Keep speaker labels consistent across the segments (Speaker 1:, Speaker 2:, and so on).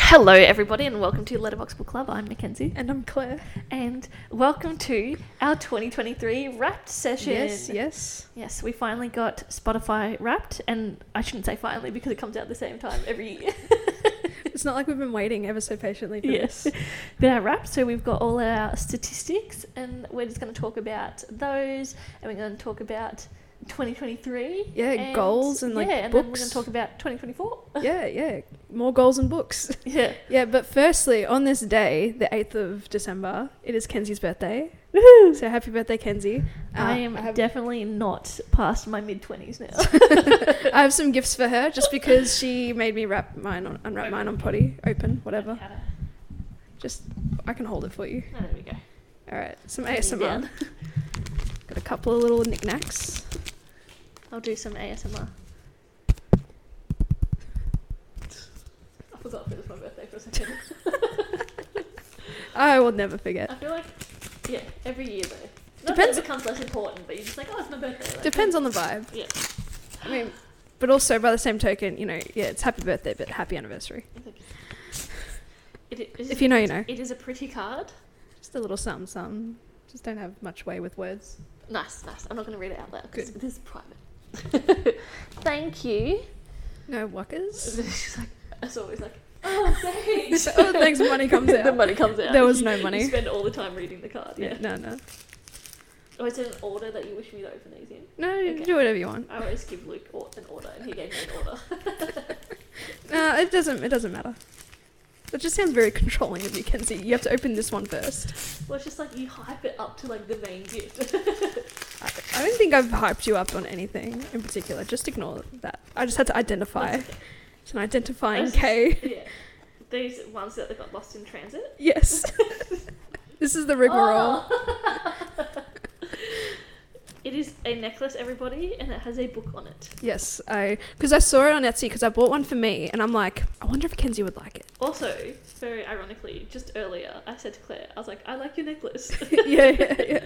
Speaker 1: Hello, everybody, and welcome to Letterbox Book Club. I'm Mackenzie,
Speaker 2: And I'm Claire.
Speaker 1: and welcome to our 2023 Wrapped session.
Speaker 2: Yes, yes.
Speaker 1: Yes, we finally got Spotify Wrapped, and I shouldn't say finally because it comes out the same time every year.
Speaker 2: It's not like we've been waiting ever so patiently for
Speaker 1: yes,
Speaker 2: this.
Speaker 1: but our Wrapped. So we've got all our statistics, and we're just going to talk about those, and we're going to talk about 2023.
Speaker 2: Yeah, goals and, like,
Speaker 1: yeah, and then we're going
Speaker 2: books.
Speaker 1: to talk about 2024.
Speaker 2: Yeah, yeah. More goals and books.
Speaker 1: yeah.
Speaker 2: Yeah, but firstly, on this day, the 8th of December, it is Kenzie's birthday.
Speaker 1: Woohoo!
Speaker 2: So happy birthday, Kenzie. Uh,
Speaker 1: I am
Speaker 2: have,
Speaker 1: definitely not past my mid 20s now.
Speaker 2: I have some gifts for her just because she made me wrap mine on, unwrap mine on potty, open, whatever. Just, I can hold it for you.
Speaker 1: Oh, there we go.
Speaker 2: All right, some
Speaker 1: Putting it
Speaker 2: ASMR.
Speaker 1: down.
Speaker 2: Got a couple of little knickknacks.
Speaker 1: I'll do some ASMR. I forgot that it was my birthday for a second.
Speaker 2: I will never forget.
Speaker 1: I feel like, yeah, every year though. Not
Speaker 2: Uh, Depends-
Speaker 1: That it becomes less important, but you're just like, oh, it's my birthday. Like,
Speaker 2: Depends on the vibe.
Speaker 1: Yeah.
Speaker 2: I mean, but also by the same token, you know, yeah, it's happy birthday, but happy anniversary.
Speaker 1: it's okay. It, it is,
Speaker 2: If you know, you know.
Speaker 1: it is a pretty card.
Speaker 2: Just a little something, something. Just don't have much way with words.
Speaker 1: Nice, nice. I'm not going to read it out loud. 'cause
Speaker 2: Good.
Speaker 1: This is private. Thank you.
Speaker 2: No walkers.
Speaker 1: She's like, it's always like, oh, thanks.
Speaker 2: oh, thanks, money comes out.
Speaker 1: the money comes out.
Speaker 2: There was no
Speaker 1: You
Speaker 2: money.
Speaker 1: spend all the time reading the card. Yeah.
Speaker 2: Yeah, no, no.
Speaker 1: Oh, it's an order that you wish me to open these in.
Speaker 2: No,
Speaker 1: Okay.
Speaker 2: do whatever you want.
Speaker 1: I always give Luke or- an order, and he gave me an order.
Speaker 2: No, Uh, it doesn't. It doesn't matter. That just sounds very controlling of you, Kenzie. You have to open this one first.
Speaker 1: well, it's just like you hype it up to like the main gift.
Speaker 2: I, I don't think I've hyped you up on anything in particular. Just ignore that. I just had to identify. It's an identifying
Speaker 1: That's-
Speaker 2: K.
Speaker 1: yeah. These ones that they got lost in transit.
Speaker 2: Yes. this is the rigmarole.
Speaker 1: Oh. it is a necklace, everybody, and it has a book on it.
Speaker 2: Yes, I because I saw it on Etsy because I bought one for me and I'm like, I wonder if Kenzie would like it.
Speaker 1: Also, very ironically, just earlier, I said to Claire, I was like, I like your necklace.
Speaker 2: yeah, yeah, yeah,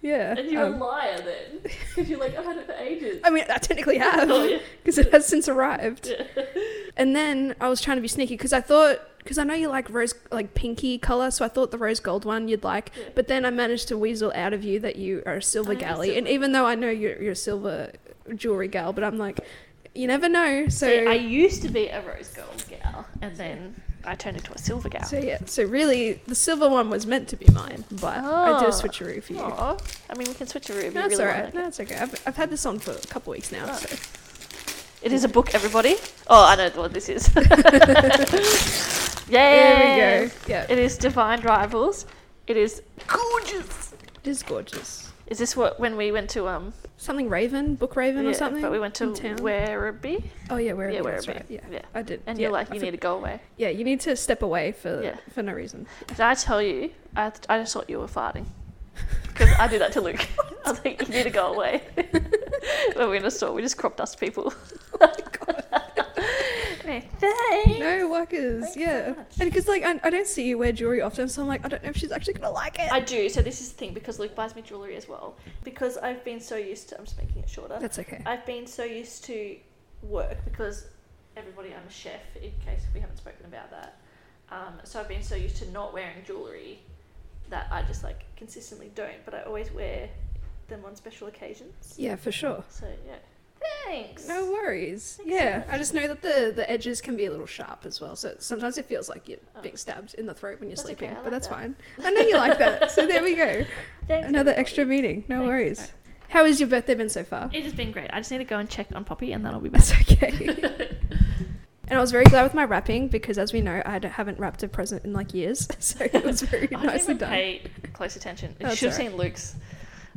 Speaker 2: yeah.
Speaker 1: And you're a
Speaker 2: um,
Speaker 1: liar then. Because you're like, I've had it for ages.
Speaker 2: I mean, I technically
Speaker 1: Oh,
Speaker 2: have
Speaker 1: yeah.
Speaker 2: because it has since arrived.
Speaker 1: Yeah.
Speaker 2: And then I was trying to be sneaky because I thought because I know you like rose like pinky color, so I thought the rose gold one you'd like.
Speaker 1: Yeah.
Speaker 2: But then I managed to weasel out of you that you are a silver
Speaker 1: I am a
Speaker 2: galley, and
Speaker 1: silver.
Speaker 2: even though I know you're, you're a silver jewelry gal, but I'm like, you never know. So
Speaker 1: See, I used to be a rose gold gal, and then I turned into a silver gal.
Speaker 2: So yeah, so really, the silver one was meant to be mine, but I did a
Speaker 1: Oh.
Speaker 2: switcheroo for you.
Speaker 1: Aw. I mean, we can switch a room.
Speaker 2: No,
Speaker 1: you
Speaker 2: it's
Speaker 1: really
Speaker 2: alright.
Speaker 1: want it.
Speaker 2: No, it's okay. I've, I've had this on for a couple weeks now.
Speaker 1: Oh.
Speaker 2: So.
Speaker 1: It is a book, everybody. Oh, I know what this is.
Speaker 2: There we
Speaker 1: Yay!
Speaker 2: go. Yeah,
Speaker 1: It is Divine Rivals. It is gorgeous.
Speaker 2: it is gorgeous.
Speaker 1: Is this what when we went to um?
Speaker 2: Something Raven, Book Raven
Speaker 1: yeah,
Speaker 2: or something.
Speaker 1: But we went to
Speaker 2: in town.
Speaker 1: Werribee,
Speaker 2: Oh yeah, where?
Speaker 1: yeah,
Speaker 2: Yeah, that's
Speaker 1: Werribee.
Speaker 2: right. Yeah.
Speaker 1: Yeah.
Speaker 2: I did.
Speaker 1: and
Speaker 2: yeah,
Speaker 1: you're like,
Speaker 2: I
Speaker 1: you
Speaker 2: for-
Speaker 1: need to go away.
Speaker 2: Yeah, you need to step away for
Speaker 1: Yeah.
Speaker 2: for no reason.
Speaker 1: Did I tell you? I, th- I just thought you were farting. Because I do that to Luke. I was like, you need to go away. when we were in a store, we just crop dust people. Like, Thanks.
Speaker 2: Oh No walkers.
Speaker 1: Thanks so
Speaker 2: yeah,
Speaker 1: much.
Speaker 2: and because like I, I don't see you wear jewelry often, so I'm like I don't know if she's actually gonna like it.
Speaker 1: I do. So this is the thing because Luke buys me jewelry as well. Because I've been so used to. I'm just making it shorter.
Speaker 2: That's okay.
Speaker 1: I've been so used to work because everybody, I'm a chef. In case we haven't spoken about that, um, so I've been so used to not wearing jewelry that I just like consistently don't. But I always wear them on special occasions.
Speaker 2: yeah, for sure.
Speaker 1: So yeah, thanks.
Speaker 2: No worries.
Speaker 1: Thanks so
Speaker 2: Yeah,
Speaker 1: much.
Speaker 2: I just know that the the edges can be a little sharp as well. So sometimes it feels like you're
Speaker 1: Oh.
Speaker 2: being stabbed in the throat when you're
Speaker 1: That's okay,
Speaker 2: sleeping,
Speaker 1: I
Speaker 2: but
Speaker 1: like
Speaker 2: that's
Speaker 1: that.
Speaker 2: fine. I know you like that. So there we go.
Speaker 1: Thanks,
Speaker 2: Another
Speaker 1: everybody.
Speaker 2: extra meeting. No
Speaker 1: Thanks.
Speaker 2: worries. How has your birthday been so far?
Speaker 1: It has been great. I just need to go and check on Poppy, and then I'll be back.
Speaker 2: That's okay. and I was very glad with my wrapping because, as we know, I don't- haven't wrapped a present in like years. So it was very
Speaker 1: I didn't
Speaker 2: nicely
Speaker 1: even
Speaker 2: done.
Speaker 1: pay close attention. I
Speaker 2: That's
Speaker 1: should have
Speaker 2: alright.
Speaker 1: seen Luke's.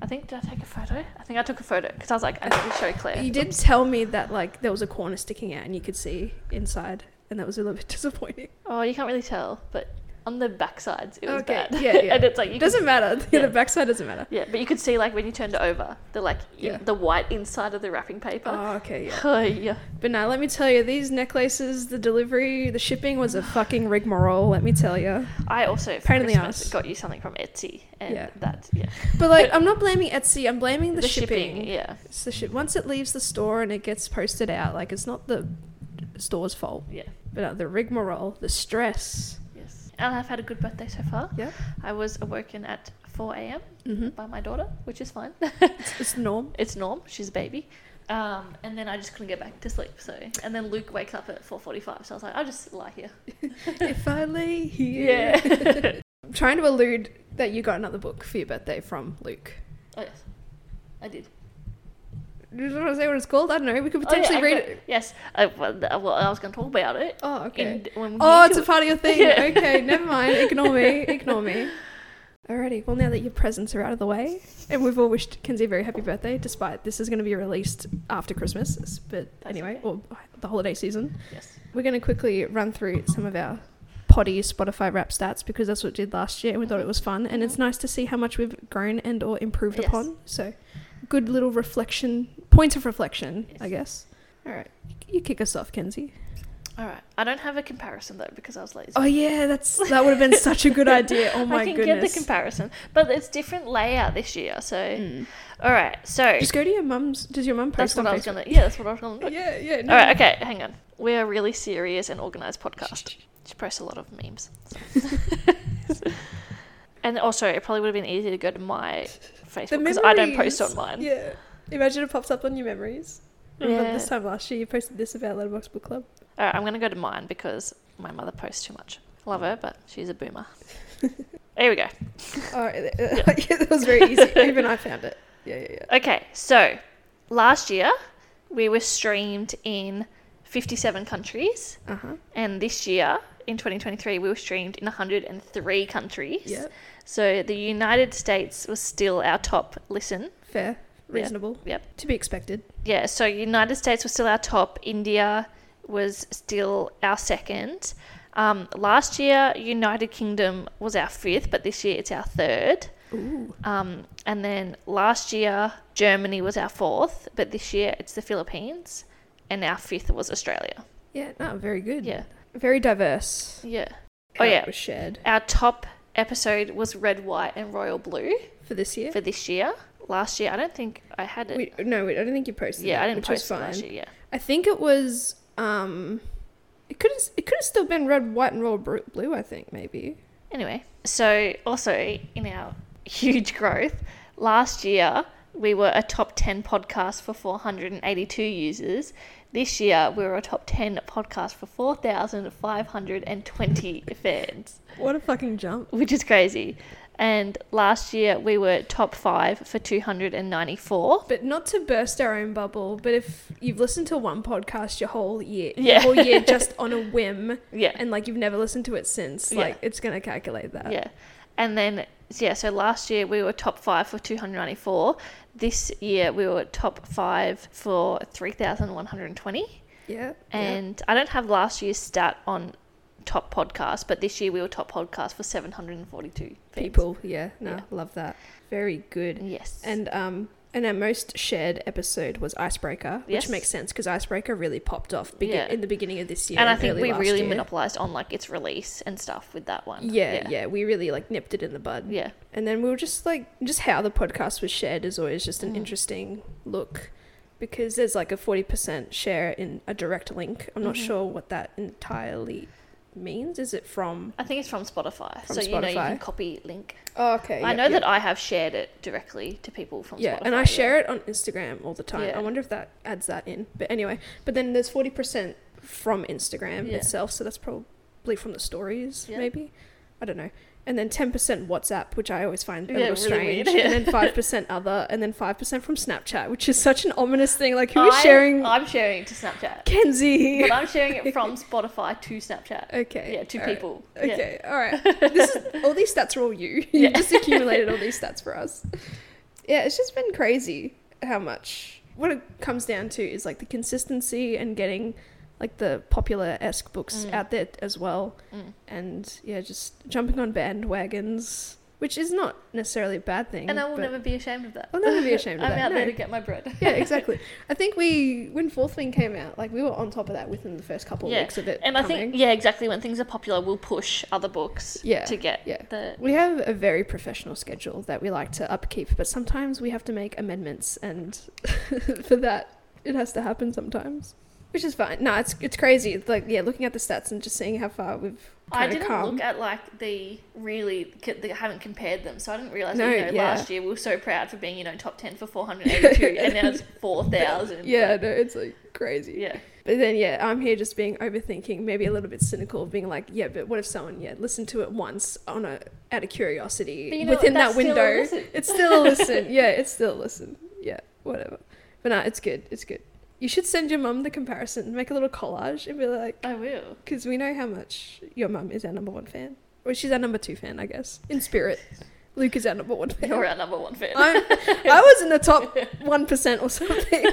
Speaker 1: I think did I take a photo? I think I took a photo because I was like, I need to show Claire.
Speaker 2: You did tell me that like there was a corner sticking out and you could see inside, and that was a little bit disappointing.
Speaker 1: Oh, you can't really tell, but on the back sides it was
Speaker 2: Okay,
Speaker 1: bad.
Speaker 2: yeah, yeah.
Speaker 1: and it's like you
Speaker 2: It doesn't matter.
Speaker 1: Yeah.
Speaker 2: The backside doesn't matter.
Speaker 1: Could, yeah, but you could see like when you turned it over, the like
Speaker 2: Yeah.
Speaker 1: in, the white inside of the wrapping paper.
Speaker 2: Oh, okay. Yeah.
Speaker 1: Oh, yeah.
Speaker 2: But now, let me tell you, these necklaces, the delivery, the shipping was a fucking rigmarole. Let me tell you.
Speaker 1: I also for
Speaker 2: Pain in the
Speaker 1: Christmas
Speaker 2: ass.
Speaker 1: got you something from Etsy, and
Speaker 2: Yeah.
Speaker 1: that yeah.
Speaker 2: But like, I'm not blaming Etsy. I'm blaming the,
Speaker 1: shipping,
Speaker 2: shipping.
Speaker 1: yeah.
Speaker 2: It's the ship. Once it leaves the store and it gets posted out, like it's not the store's fault.
Speaker 1: Yeah.
Speaker 2: But uh, the rigmarole, the stress.
Speaker 1: Yes. And I've had a good birthday so far.
Speaker 2: Yeah.
Speaker 1: I was awoken at 4 a.m.
Speaker 2: Mm-hmm.
Speaker 1: by my daughter, which is fine.
Speaker 2: It's, it's norm.
Speaker 1: it's Norm. She's a baby. Um, and then I just couldn't get back to sleep. So, and then Luke wakes up at 4:45. So I was like, I'll just lie here.
Speaker 2: if I lay here.
Speaker 1: Yeah.
Speaker 2: I'm trying to allude that you got another book for your birthday from Luke.
Speaker 1: oh yes, I did.
Speaker 2: Do you want to say what it's called? I don't know. We could
Speaker 1: Oh, yeah,
Speaker 2: potentially
Speaker 1: I
Speaker 2: read
Speaker 1: got-
Speaker 2: it.
Speaker 1: Yes. I, well, th- well, I was going to talk about it.
Speaker 2: Oh, okay.
Speaker 1: in- when we
Speaker 2: Oh,
Speaker 1: get
Speaker 2: it's
Speaker 1: to
Speaker 2: a part of your thing.
Speaker 1: Yeah.
Speaker 2: Okay, never mind. Ignore me. Ignore me. Alrighty. Well, now that your presents are out of the way, and we've all wished Kenzie a very happy birthday, despite this is going to be released after Christmas. s- But
Speaker 1: That's
Speaker 2: anyway,
Speaker 1: okay.
Speaker 2: or the holiday season,
Speaker 1: it. Yes.
Speaker 2: we're going to quickly run through some of our potty Spotify rap stats because that's what we did last year, and we thought it was fun. And it's nice to see how much we've grown and or improved
Speaker 1: Mm-hmm. Yes.
Speaker 2: upon. So, good little reflection, point of reflection, I
Speaker 1: Yes.
Speaker 2: guess. All right, you kick us off, Kenzie.
Speaker 1: All right. I don't have a comparison though because I was lazy.
Speaker 2: Oh yeah, that's that would have been such a good idea. Oh my
Speaker 1: I can get
Speaker 2: goodness.
Speaker 1: the comparison, but it's different layout this year. So,
Speaker 2: Mm.
Speaker 1: all right. So
Speaker 2: Just go to your mum's. Does your mum post
Speaker 1: that's what
Speaker 2: on
Speaker 1: I was
Speaker 2: Facebook?
Speaker 1: gonna. Yeah, that's what I was gonna do.
Speaker 2: Yeah, yeah.
Speaker 1: All right. Okay. Hang on. We're a really serious and organized podcast. She posts a lot of memes. so. and also, it probably would have been easier to go to my Facebook because I don't post on mine.
Speaker 2: Yeah. Imagine it pops up on your memories. Remember
Speaker 1: Yeah.
Speaker 2: this time last year you posted this about Letterbox Book Club.
Speaker 1: All right, I'm going to go to mine because my mother posts too much. Love her, but she's a boomer. Here we go.
Speaker 2: Oh, yeah, that was very easy. Even I found it. Yeah, yeah, yeah.
Speaker 1: Okay, so last year we were streamed in 57 countries,
Speaker 2: Uh huh.
Speaker 1: and this year in 2023 we were streamed in 103 countries.
Speaker 2: Yeah.
Speaker 1: So the United States was still our top listen.
Speaker 2: Fair. Reasonable.
Speaker 1: Yep.
Speaker 2: To be expected.
Speaker 1: Yeah, so United States was still our top. India was still our second. Um, last year, United Kingdom was our fifth, but this year it's our third.
Speaker 2: Ooh.
Speaker 1: Um, and then last year, Germany was our fourth, but this year it's the Philippines, and our fifth was Australia.
Speaker 2: Yeah. No, very good.
Speaker 1: Yeah,
Speaker 2: Very diverse.
Speaker 1: yeah.
Speaker 2: How it
Speaker 1: yeah.
Speaker 2: Was shared
Speaker 1: Our top episode was Red, White, and Royal Blue
Speaker 2: for this year.
Speaker 1: for this year. Last year, I don't think I had it.
Speaker 2: we, no, we, I don't think you posted.
Speaker 1: yeah,
Speaker 2: it,
Speaker 1: I didn't
Speaker 2: which
Speaker 1: post
Speaker 2: was
Speaker 1: it
Speaker 2: fine.
Speaker 1: last year. Yeah.
Speaker 2: I think it was. Um, it could have. It could have still been red, white, and royal bru- blue. I think maybe.
Speaker 1: Anyway, so also in our huge growth, last year we were a top 10 podcast for 482 users. This year we were a top 10 podcast for 4,520 fans,
Speaker 2: What a fucking jump!
Speaker 1: which is crazy. And last year we were top 5 for 294.
Speaker 2: But not to burst our own bubble. But if you've listened to one podcast your whole year, your
Speaker 1: Yeah.
Speaker 2: whole year just on a whim,
Speaker 1: Yeah.
Speaker 2: and like you've never listened to it since,
Speaker 1: Yeah.
Speaker 2: like it's gonna calculate that.
Speaker 1: Yeah. And then, yeah, so last year we were top five for 294. This year we were top five for 3,120.
Speaker 2: Yeah.
Speaker 1: And I don't have last year's stat on top podcast, but this year we were top podcast for 742
Speaker 2: yeah.
Speaker 1: fans.
Speaker 2: people. Yeah. No,
Speaker 1: Yeah.
Speaker 2: love that. Very good.
Speaker 1: Yes.
Speaker 2: And um and our most shared episode was Icebreaker,
Speaker 1: Yes.
Speaker 2: which makes sense because Icebreaker really popped off begin-
Speaker 1: Yeah.
Speaker 2: in the beginning of this year.
Speaker 1: and I think
Speaker 2: early
Speaker 1: we
Speaker 2: last
Speaker 1: really
Speaker 2: year.
Speaker 1: monopolized on like its release and stuff with that one.
Speaker 2: Yeah, yeah, we really like nipped it in the bud.
Speaker 1: Yeah.
Speaker 2: And then we were just like, just how the podcast was shared is always just an
Speaker 1: Mm.
Speaker 2: interesting look because there's like a 40% share in a direct link. I'm not
Speaker 1: Mhm.
Speaker 2: sure what that entirely means. Is it from.
Speaker 1: I think it's from Spotify.
Speaker 2: From
Speaker 1: so you know you can
Speaker 2: Spotify.
Speaker 1: copy link.
Speaker 2: Oh, okay.
Speaker 1: I know that I have shared it directly to people from
Speaker 2: yeah,
Speaker 1: Spotify.
Speaker 2: and I share it on Instagram all the time.
Speaker 1: Yeah.
Speaker 2: I wonder if that adds that in. But anyway, but then there's 40% from Instagram
Speaker 1: Yeah.
Speaker 2: itself, so that's probably from the stories,
Speaker 1: Yeah.
Speaker 2: maybe. I don't know. And then 10% WhatsApp, which I always find a
Speaker 1: Yeah,
Speaker 2: little
Speaker 1: really weird,
Speaker 2: strange.
Speaker 1: yeah.
Speaker 2: And then 5% other, and then 5% from Snapchat, which is such an ominous thing. Like, who
Speaker 1: I,
Speaker 2: is sharing
Speaker 1: I'm sharing it to Snapchat.
Speaker 2: Kenzie?
Speaker 1: But I'm sharing it from Spotify to Snapchat.
Speaker 2: Okay.
Speaker 1: Yeah, to
Speaker 2: all right.
Speaker 1: people. Yeah.
Speaker 2: Okay, all right. This is all these stats are all you. You
Speaker 1: Yeah.
Speaker 2: just accumulated all these stats for us. Yeah, it's just been crazy how much. What it comes down to is like the consistency and getting like the popular esque books
Speaker 1: Mm.
Speaker 2: out there as well,
Speaker 1: Mm.
Speaker 2: and yeah, just jumping on bandwagons, which is not necessarily a bad thing.
Speaker 1: And I will
Speaker 2: but-
Speaker 1: never be ashamed of that.
Speaker 2: I'll never be ashamed of
Speaker 1: I'm
Speaker 2: that,
Speaker 1: out there to
Speaker 2: no.
Speaker 1: get my bread.
Speaker 2: Yeah, exactly. I think we when Fourth Wing came out, like we were on top of that within the first couple of
Speaker 1: Yeah,
Speaker 2: weeks of it.
Speaker 1: And I
Speaker 2: coming.
Speaker 1: think, yeah, exactly. When things are popular, we'll push other books
Speaker 2: Yeah,
Speaker 1: to get
Speaker 2: yeah.
Speaker 1: the.
Speaker 2: We have a very professional schedule that we like to upkeep, but sometimes we have to make amendments, and for that, it has to happen sometimes. which is fine. No, it's it's crazy. It's like yeah, looking at the stats and just seeing how far we've
Speaker 1: I
Speaker 2: kinda
Speaker 1: didn't
Speaker 2: come.
Speaker 1: look at like the really. c- the- I haven't compared them, so I didn't realize.
Speaker 2: No,
Speaker 1: that, you know,
Speaker 2: yeah.
Speaker 1: last year we were so proud for being you know top ten for four hundred eighty-two, and now it's four thousand.
Speaker 2: yeah, no, it's like crazy.
Speaker 1: yeah.
Speaker 2: But then, yeah, I'm here just being overthinking, maybe a little bit cynical, being like, yeah, but what if someone, yeah, listened to it once on a out of curiosity
Speaker 1: But you know what?
Speaker 2: within
Speaker 1: That's
Speaker 2: that
Speaker 1: still a
Speaker 2: window?
Speaker 1: listen.
Speaker 2: It's still a listen. yeah, it's still a listen. Yeah, whatever. But no, it's good. It's good. You should send your mum the comparison, make a little collage, and be like,
Speaker 1: I will.
Speaker 2: because we know how much your mum is our number one fan, or she's our number two fan, I guess, in spirit. Luke is our number one fan.
Speaker 1: You're our number one fan.
Speaker 2: I'm, I was in the top one percent or something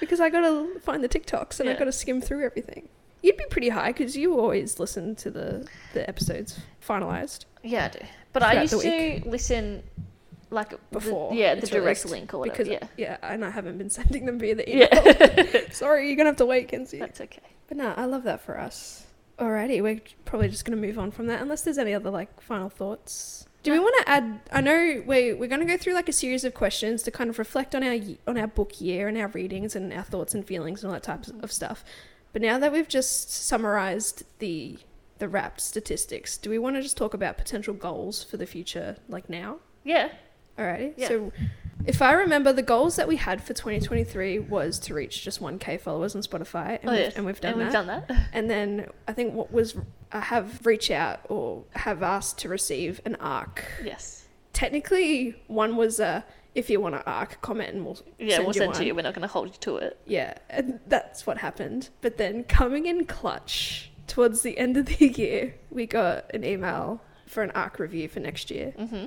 Speaker 2: because I gotta find the TikToks and I
Speaker 1: Yeah.
Speaker 2: gotta skim through everything. You'd be pretty high because you always listen to the the episodes finalized
Speaker 1: Yeah, I do. But I
Speaker 2: Throughout
Speaker 1: used
Speaker 2: the
Speaker 1: to listen like the-
Speaker 2: Before
Speaker 1: yeah, the
Speaker 2: it's
Speaker 1: direct
Speaker 2: released,
Speaker 1: link or whatever.
Speaker 2: because
Speaker 1: yeah,
Speaker 2: yeah, and I haven't been sending them via the email.
Speaker 1: yeah.
Speaker 2: Sorry, you're gonna have to wait, Kenzie.
Speaker 1: That's okay.
Speaker 2: But no, I love that for us. Alrighty, we're probably just gonna move on from that unless there's any other like final thoughts. Do we
Speaker 1: No.
Speaker 2: want to add? I know we we're going to go through like a series of questions to kind of reflect on our ye- on our book year and our readings and our thoughts and feelings and all that type of stuff. But now that we've just summarized the the wrapped statistics, do we want to just talk about potential goals for the future, like now?
Speaker 1: Yeah,
Speaker 2: Alrighty.
Speaker 1: Yeah.
Speaker 2: So, if I remember, the goals that we had for 2023 was to reach just 1k followers on Spotify, and,
Speaker 1: Oh,
Speaker 2: we've,
Speaker 1: yes.
Speaker 2: and we've done
Speaker 1: and
Speaker 2: that.
Speaker 1: we've done that.
Speaker 2: And then I think what was I have reach out or have asked to receive an arc.
Speaker 1: Yes.
Speaker 2: Technically, one was a if you want to arc comment and we'll
Speaker 1: Yeah,
Speaker 2: send
Speaker 1: we'll
Speaker 2: you
Speaker 1: send
Speaker 2: one.
Speaker 1: to you. We're not going to hold you to it.
Speaker 2: Yeah, and that's what happened. But then coming in clutch towards the end of the year, we got an email for an arc review for next year,
Speaker 1: hmm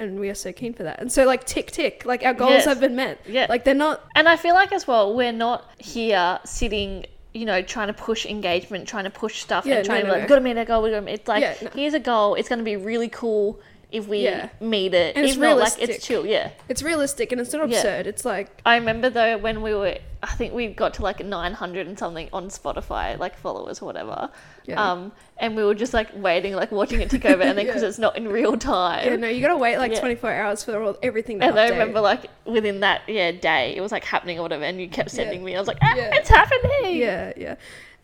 Speaker 2: and we are so keen for that. And so like tick tick, like our goals
Speaker 1: Yes.
Speaker 2: have been met.
Speaker 1: Yeah.
Speaker 2: Like they're not
Speaker 1: And I feel like as well, we're not here sitting, you know, trying to push engagement, trying to push stuff,
Speaker 2: Yeah,
Speaker 1: and trying to
Speaker 2: no, no,
Speaker 1: be like,
Speaker 2: no.
Speaker 1: gotta meet our goal. We gotta meet. It's like,
Speaker 2: Yeah, no.
Speaker 1: here's a goal. It's gonna be really cool if we
Speaker 2: Yeah.
Speaker 1: meet it.
Speaker 2: And
Speaker 1: if
Speaker 2: it's
Speaker 1: not, like
Speaker 2: realistic.
Speaker 1: it's chill. Yeah.
Speaker 2: it's realistic and it's not
Speaker 1: Yeah.
Speaker 2: absurd. It's like
Speaker 1: I remember though when we were, I think we got to like 900 and something on Spotify, like followers or whatever.
Speaker 2: Yeah.
Speaker 1: Um, and we were just like waiting, like watching it tick over, and then because
Speaker 2: Yeah.
Speaker 1: it's not in real time.
Speaker 2: yeah, no, you gotta wait like
Speaker 1: Yeah.
Speaker 2: 24 hours for all, everything. To
Speaker 1: and I
Speaker 2: update.
Speaker 1: remember like within that yeah day, it was like happening or whatever, and you kept
Speaker 2: Yeah.
Speaker 1: sending me. I was like, ah,
Speaker 2: Yeah.
Speaker 1: it's happening.
Speaker 2: Yeah, yeah.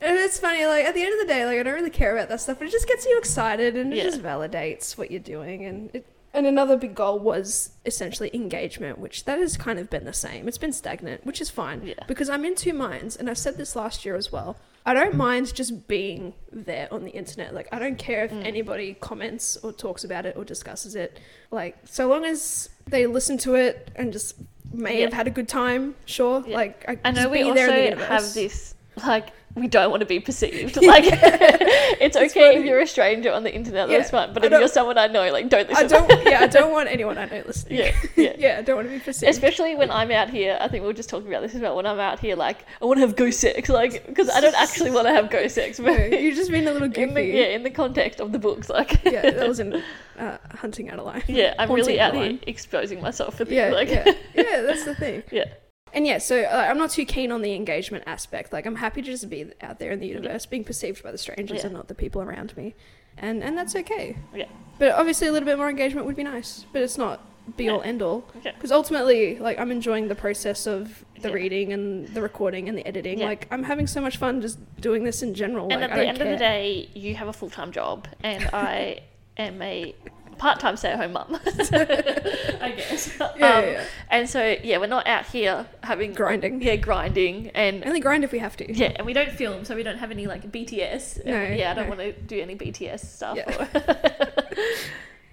Speaker 2: And it's funny, like at the end of the day, like I don't really care about that stuff, but it just gets you excited and it
Speaker 1: Yeah.
Speaker 2: just validates what you're doing and it and another big goal was essentially engagement, which that has kind of been the same. It's been stagnant, which is fine.
Speaker 1: Yeah.
Speaker 2: Because I'm in two minds, and I said this last year as well. I don't mind just being there on the internet. Like I don't care if
Speaker 1: Mm.
Speaker 2: anybody comments or talks about it or discusses it. Like so long as they listen to it and just may have
Speaker 1: Yeah.
Speaker 2: had a good time, sure.
Speaker 1: Yeah.
Speaker 2: Like I,
Speaker 1: I know
Speaker 2: just
Speaker 1: we
Speaker 2: be
Speaker 1: also
Speaker 2: there in the universe.
Speaker 1: have this like we don't want to be perceived. Like it's
Speaker 2: It's
Speaker 1: okay if
Speaker 2: funny.
Speaker 1: you're a stranger on the internet, that's
Speaker 2: Yeah.
Speaker 1: fine. But
Speaker 2: I
Speaker 1: if you're
Speaker 2: don't-
Speaker 1: someone I know, like don't listen.
Speaker 2: I don't. Yeah, I don't want anyone I know listening.
Speaker 1: Yeah, yeah.
Speaker 2: yeah. I don't want to be perceived.
Speaker 1: Especially when I'm out here, I think we were just talking about this about when I'm out here, like I want to have go sex, like because I don't actually want to have go sex,
Speaker 2: No,
Speaker 1: but
Speaker 2: you're just being a little
Speaker 1: in the,
Speaker 2: goofy.
Speaker 1: yeah, in the context of the books, like
Speaker 2: yeah. that was in uh, hunting Adeline.
Speaker 1: yeah, I'm
Speaker 2: Haunting
Speaker 1: really out here
Speaker 2: Adeline.
Speaker 1: exposing myself for things
Speaker 2: Yeah,
Speaker 1: like
Speaker 2: yeah, yeah. That's the thing.
Speaker 1: yeah.
Speaker 2: And yeah, so uh, I'm not too keen on the engagement aspect. Like, I'm happy to just be out there in the universe, being perceived by the strangers
Speaker 1: Yeah.
Speaker 2: and not the people around me, and and that's okay.
Speaker 1: Yeah.
Speaker 2: But obviously, a little bit more engagement would be nice. But it's not be all
Speaker 1: Yeah.
Speaker 2: end all.
Speaker 1: Okay.
Speaker 2: Because ultimately, like I'm enjoying the process of the
Speaker 1: Yeah.
Speaker 2: reading and the recording and the editing.
Speaker 1: Yeah.
Speaker 2: Like I'm having so much fun just doing this in general.
Speaker 1: And at
Speaker 2: like, Oh, I
Speaker 1: the
Speaker 2: don't
Speaker 1: end
Speaker 2: care.
Speaker 1: of the day, you have a full time job, and I am a part time stay at home mum. I guess.
Speaker 2: yeah,
Speaker 1: um,
Speaker 2: yeah.
Speaker 1: And so yeah, we're not out here having
Speaker 2: Grinding.
Speaker 1: Yeah, grinding and.
Speaker 2: only grind if we have to.
Speaker 1: yeah, and we don't film, so we don't have any like BTS.
Speaker 2: No,
Speaker 1: yeah, I don't
Speaker 2: no.
Speaker 1: want to do any BTS stuff.
Speaker 2: Yeah.
Speaker 1: or-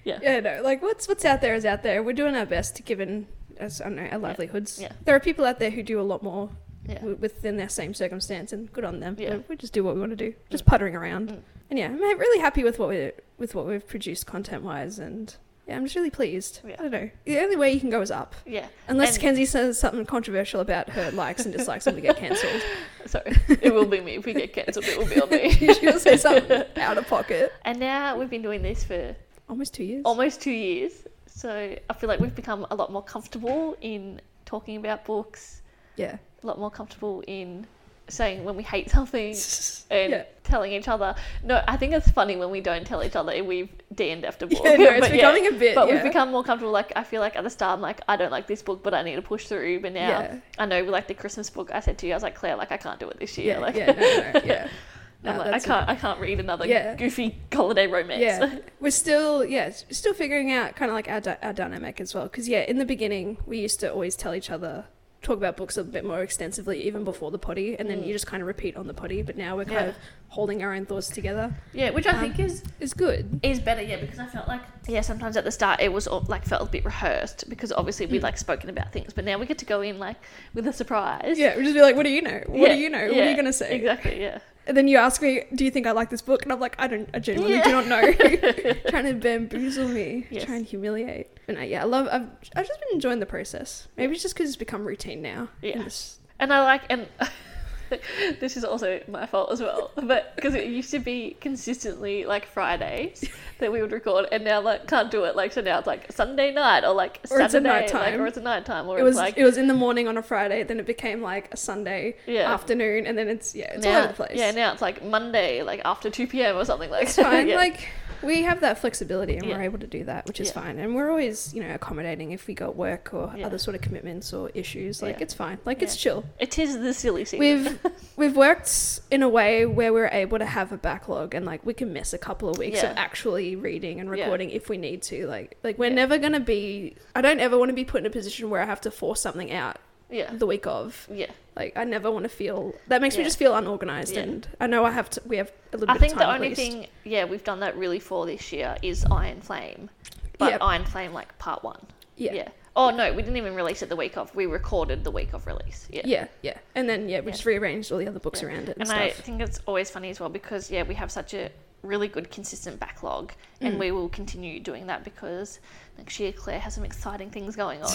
Speaker 2: Yeah, no, like what's what's out there is out there. We're doing our best, given us, I don't know our livelihoods.
Speaker 1: yeah.
Speaker 2: There are people out there who do a lot more
Speaker 1: yeah.
Speaker 2: w- within their same circumstance, and good on them.
Speaker 1: Yeah.
Speaker 2: But we just do what we want to do, just puttering around.
Speaker 1: Mm.
Speaker 2: And yeah, I'm uh, really happy with what we with what we've produced content wise, and yeah, I'm just really pleased.
Speaker 1: Yeah.
Speaker 2: I don't know. The only way you can go is up.
Speaker 1: Yeah.
Speaker 2: Unless
Speaker 1: And-
Speaker 2: Kenzie says something controversial about her likes and dislikes and we get cancelled.
Speaker 1: Sorry, it will be me. If we get cancelled, it will be on me.
Speaker 2: She'll say something out of pocket.
Speaker 1: And now we've been doing this for
Speaker 2: Almost two years.
Speaker 1: almost two years. So I feel like we've become a lot more comfortable in talking about books,
Speaker 2: Yeah.
Speaker 1: a lot more comfortable in saying when we hate something, and
Speaker 2: Yeah.
Speaker 1: telling each other. No, I think it's funny when we don't tell each other. We've DNF'd a book.
Speaker 2: Yeah, no, it's
Speaker 1: But
Speaker 2: becoming a bit.
Speaker 1: But
Speaker 2: yeah.
Speaker 1: we've become more comfortable. Like I feel like at the start, I'm like, I don't like this book, but I need to push through. But now
Speaker 2: Yeah.
Speaker 1: I know, like the Christmas book, I said to you, I was like, Claire, like I can't do it this year.
Speaker 2: Yeah,
Speaker 1: like,
Speaker 2: yeah, no, no, no, yeah. No,
Speaker 1: I'm like, I
Speaker 2: that's a-
Speaker 1: can't, I can't read another
Speaker 2: Yeah.
Speaker 1: goofy holiday romance.
Speaker 2: Yeah, we're still yeah s- still figuring out kind of like our di- our dynamic as well. Because yeah, in the beginning we used to always tell each other talk about books a bit more extensively even before the potty, and then
Speaker 1: Mm.
Speaker 2: you just kind of repeat on the potty. But now we're kind
Speaker 1: Yeah.
Speaker 2: of holding our own thoughts together.
Speaker 1: Yeah, which I
Speaker 2: Um,
Speaker 1: think is
Speaker 2: It's good.
Speaker 1: is better. Yeah, because I felt like yeah, sometimes at the start it was all, like felt a bit rehearsed because obviously we'd
Speaker 2: Mm.
Speaker 1: like spoken about things, but now we get to go in like with a surprise.
Speaker 2: Yeah, we just be like, what do you know? What
Speaker 1: Yeah,
Speaker 2: do you know? What
Speaker 1: yeah,
Speaker 2: are you gonna say?
Speaker 1: Exactly. Yeah.
Speaker 2: And then you ask me, do you think I like this book? And I'm like, I don't. I genuinely do not know. trying to bamboozle me,
Speaker 1: Yes.
Speaker 2: trying to humiliate. And I, yeah, I love. I've I've just been enjoying the process. Maybe it's just because it's become routine now.
Speaker 1: Yeah.
Speaker 2: And it's-
Speaker 1: And I like, and this is also my fault as well, but because it used to be consistently like Fridays that we would record, and now like can't do it. Like so now it's like Sunday night or like
Speaker 2: Or
Speaker 1: Saturday,
Speaker 2: it's a
Speaker 1: like,
Speaker 2: nighttime.
Speaker 1: or it's a night time, or
Speaker 2: it was
Speaker 1: it's like
Speaker 2: it was in the morning on a Friday, then it became like a Sunday
Speaker 1: yeah.
Speaker 2: afternoon, and then it's yeah, it's
Speaker 1: now,
Speaker 2: all over the place.
Speaker 1: Yeah, now it's like Monday, like after two PM or something like
Speaker 2: it's fine.
Speaker 1: yeah.
Speaker 2: Like we have that flexibility, and we're
Speaker 1: Yeah.
Speaker 2: able to do that, which is
Speaker 1: Yeah.
Speaker 2: fine. And we're always you know accommodating if we got work or
Speaker 1: Yeah.
Speaker 2: other sort of commitments or issues. Like
Speaker 1: Yeah.
Speaker 2: it's fine. Like it's
Speaker 1: Yeah.
Speaker 2: chill.
Speaker 1: it is the silly season.
Speaker 2: We've we've worked in a way where we're able to have a backlog and like we can miss a couple of weeks
Speaker 1: Yeah.
Speaker 2: of actually reading and
Speaker 1: Yeah.
Speaker 2: recording if we need to. Like like we're
Speaker 1: Yeah.
Speaker 2: never gonna be. I don't ever want to be put in a position where I have to force something out
Speaker 1: yeah,
Speaker 2: the week of.
Speaker 1: yeah.
Speaker 2: Like I never want to feel that makes me
Speaker 1: Yeah.
Speaker 2: just feel unorganized,
Speaker 1: Yeah.
Speaker 2: and I know I have to. We have a little
Speaker 1: I
Speaker 2: bit
Speaker 1: think
Speaker 2: of
Speaker 1: the
Speaker 2: time. at
Speaker 1: only
Speaker 2: least.
Speaker 1: thing, yeah, we've done that really for this year is Iron Flame, but
Speaker 2: Yep.
Speaker 1: Iron Flame like part one.
Speaker 2: yeah. yeah.
Speaker 1: Oh no, we didn't even release it the week of. We recorded the week of release. Yeah.
Speaker 2: Yeah, and then yeah, we
Speaker 1: Yeah.
Speaker 2: just rearranged all the other books
Speaker 1: Yeah.
Speaker 2: around it and,
Speaker 1: And
Speaker 2: stuff.
Speaker 1: I think it's always funny as well because yeah, we have such a really good consistent backlog, and
Speaker 2: Mm.
Speaker 1: we will continue doing that because next year Claire has some exciting things going on.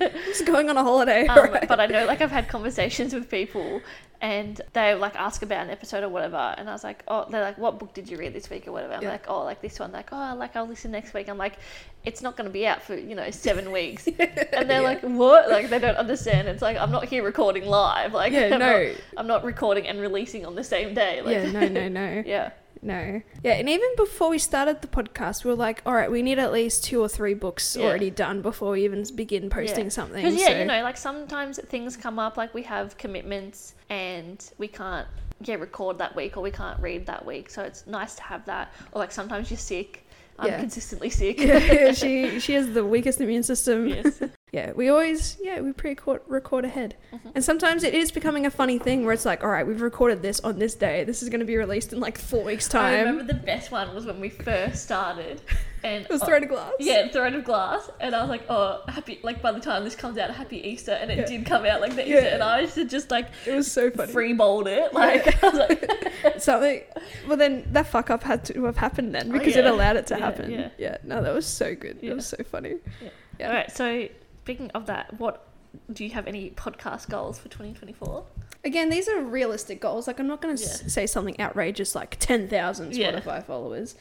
Speaker 2: Just going on a holiday,
Speaker 1: Um,
Speaker 2: right?
Speaker 1: But I know, like, I've had conversations with people, and they like ask about an episode or whatever, and I was like, oh, they're like, what book did you read this week or whatever? I'm
Speaker 2: Yeah.
Speaker 1: like, oh, like this one, like, oh, like I'll listen next week. I'm like, it's not going to be out for you know seven weeks, and they're
Speaker 2: Yeah.
Speaker 1: like, what? Like they don't understand. It's like I'm not here recording live. Like
Speaker 2: yeah,
Speaker 1: I'm, not,
Speaker 2: no,
Speaker 1: I'm not recording and releasing on the same day. Like,
Speaker 2: yeah, no, no, no.
Speaker 1: yeah,
Speaker 2: No. Yeah, and even before we started the podcast, we were like, all right, we need at least two or three books
Speaker 1: Yeah.
Speaker 2: already done before we even begin posting
Speaker 1: Yeah.
Speaker 2: something.
Speaker 1: Because yeah,
Speaker 2: so-
Speaker 1: you know, like sometimes things come up, like we have commitments and we can't yeah record that week or we can't read that week. So it's nice to have that. Or like sometimes you're sick. I'm
Speaker 2: Yeah.
Speaker 1: consistently sick.
Speaker 2: Yeah, she she has the weakest immune system.
Speaker 1: yes.
Speaker 2: Yeah, we always yeah we pre-record record ahead,
Speaker 1: Mhm.
Speaker 2: and sometimes it is becoming a funny thing where it's like, all right, we've recorded this on this day. This is going to be released in like four
Speaker 1: I
Speaker 2: weeks' time.
Speaker 1: remember the best one was when we first started, and
Speaker 2: It was
Speaker 1: oh,
Speaker 2: thrown a glass.
Speaker 1: yeah, thread of glass, and I was like, oh, happy! Like by the time this comes out, happy Easter, and it
Speaker 2: Yeah.
Speaker 1: did come out like the
Speaker 2: Yeah.
Speaker 1: Easter, and I should just like
Speaker 2: it was so funny.
Speaker 1: free bowled it, like I was like,
Speaker 2: Something. Well, then that fuck up had to have happened then
Speaker 1: Oh,
Speaker 2: because it
Speaker 1: yeah.
Speaker 2: allowed it to
Speaker 1: Yeah,
Speaker 2: happen.
Speaker 1: yeah.
Speaker 2: No, that was so good. It
Speaker 1: Yeah.
Speaker 2: was so funny. Yeah.
Speaker 1: All right. So speaking of that, what do you have any podcast goals for 2024?
Speaker 2: Again, these are realistic goals. Like, I'm not going to s
Speaker 1: Yeah.
Speaker 2: say something outrageous like 10,000 Spotify
Speaker 1: Yeah.
Speaker 2: followers,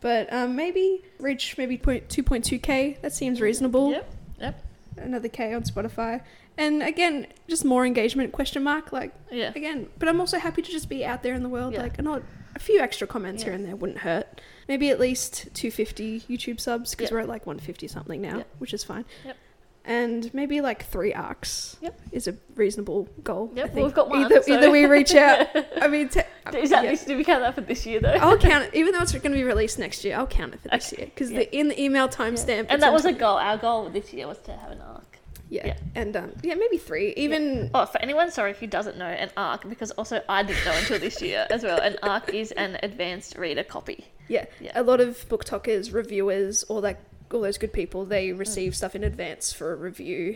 Speaker 2: but um, maybe reach maybe point, 2.2k. That seems reasonable.
Speaker 1: Yep. Yep.
Speaker 2: Another k on Spotify, and again, just more engagement? Question mark. Like
Speaker 1: Yeah.
Speaker 2: again, but I'm also happy to just be out there in the world.
Speaker 1: Yeah.
Speaker 2: Like, not a few extra comments
Speaker 1: Yeah.
Speaker 2: here and there wouldn't hurt. Maybe at least 250 YouTube subs because
Speaker 1: Yeah.
Speaker 2: we're at like 150 something now,
Speaker 1: Yeah.
Speaker 2: which is fine.
Speaker 1: Yep.
Speaker 2: And maybe like three arcs
Speaker 1: Yep.
Speaker 2: is a reasonable goal.
Speaker 1: Yep,
Speaker 2: I
Speaker 1: well,
Speaker 2: think.
Speaker 1: we've got one,
Speaker 2: Either,
Speaker 1: so-
Speaker 2: either we reach out. I mean, te-
Speaker 1: Is that
Speaker 2: yeah. Oh,
Speaker 1: do we count that for this year though?
Speaker 2: I'll count it, even though it's going to be released next year. I'll count it for this year because
Speaker 1: Yeah.
Speaker 2: the in the email
Speaker 1: Yeah.
Speaker 2: timestamp. it's
Speaker 1: And that
Speaker 2: on
Speaker 1: was a
Speaker 2: time.
Speaker 1: goal. Our goal this year was to have an arc.
Speaker 2: yeah.
Speaker 1: yeah.
Speaker 2: and um, yeah, maybe three. Even
Speaker 1: Oh, for anyone sorry who doesn't know, an arc because also I didn't know until this year as well. An arc is an advanced reader copy.
Speaker 2: yeah,
Speaker 1: Yeah.
Speaker 2: a lot of book talkers, reviewers, all that, all those good people, they
Speaker 1: Mm.
Speaker 2: receive stuff in advance for a review.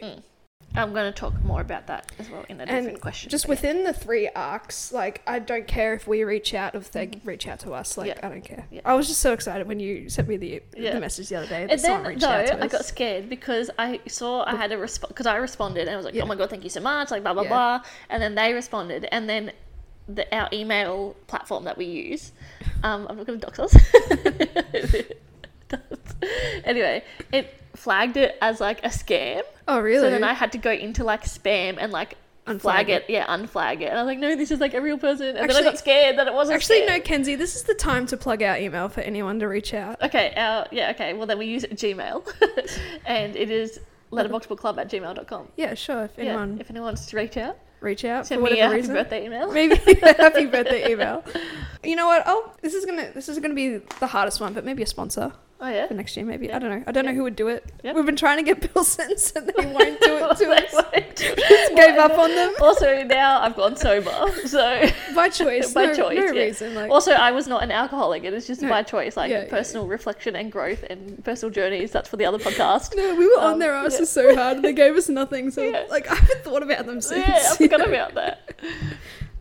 Speaker 1: I'm going to talk more about that as well in a different
Speaker 2: And
Speaker 1: question.
Speaker 2: Just
Speaker 1: but yeah.
Speaker 2: within the three arcs, like I don't care if we reach out, if they reach out to us, like
Speaker 1: Mm-hmm. Yeah.
Speaker 2: I don't care.
Speaker 1: Yeah.
Speaker 2: I was just so excited when you sent me the,
Speaker 1: Yeah.
Speaker 2: the message the other day that
Speaker 1: And
Speaker 2: someone
Speaker 1: then
Speaker 2: reached
Speaker 1: though
Speaker 2: out to us.
Speaker 1: I got scared because I saw I had a response because I responded and I was like,
Speaker 2: Yeah.
Speaker 1: oh my god, thank you so much, like blah blah
Speaker 2: Yeah.
Speaker 1: blah, and then they responded and then the, our email platform that we use, um, I'm not going to dox us. anyway, it flagged it as like a scam,
Speaker 2: oh really?
Speaker 1: so then I had to go into like spam and like flag it. Yeah, unflag it. And I'm like, no, this is like a real person. And then I
Speaker 2: Actually-
Speaker 1: got scared that it wasn't.
Speaker 2: Actually, no,
Speaker 1: scared.
Speaker 2: Kenzie, this is the time to plug our email for anyone to reach out.
Speaker 1: Okay. Our, yeah. Okay. Well, then we use Gmail, and it is letterboxbookclub at gmail.com.
Speaker 2: Yeah, sure. If
Speaker 1: Yeah.
Speaker 2: anyone
Speaker 1: If anyone wants to reach out,
Speaker 2: reach out
Speaker 1: send
Speaker 2: for
Speaker 1: me a
Speaker 2: whatever
Speaker 1: happy
Speaker 2: reason,
Speaker 1: birthday email.
Speaker 2: maybe a happy birthday email. You know what? Oh, this is gonna this is gonna be the hardest one, but maybe a sponsor
Speaker 1: Oh yeah.
Speaker 2: for next year. Maybe
Speaker 1: Yeah.
Speaker 2: I don't know. I don't know
Speaker 1: Yeah.
Speaker 2: who would do it.
Speaker 1: Yep.
Speaker 2: We've been trying to get Pilsons and they won't do it to
Speaker 1: They
Speaker 2: us.
Speaker 1: won't.
Speaker 2: Just gave up on them
Speaker 1: Also, now I've gone sober, so
Speaker 2: by choice.
Speaker 1: By
Speaker 2: no,
Speaker 1: choice,
Speaker 2: no
Speaker 1: yeah.
Speaker 2: reason. Like,
Speaker 1: also I was not an alcoholic. It is just
Speaker 2: No.
Speaker 1: by choice, like
Speaker 2: Yeah, yeah,
Speaker 1: personal reflection and growth and personal journeys. That's for the other podcast.
Speaker 2: no, we were on
Speaker 1: um,
Speaker 2: their asses
Speaker 1: yeah.
Speaker 2: so hard and they gave us nothing. So
Speaker 1: Yeah.
Speaker 2: like, I haven't thought about them since.
Speaker 1: yeah, I
Speaker 2: you
Speaker 1: forgot
Speaker 2: know.
Speaker 1: about that.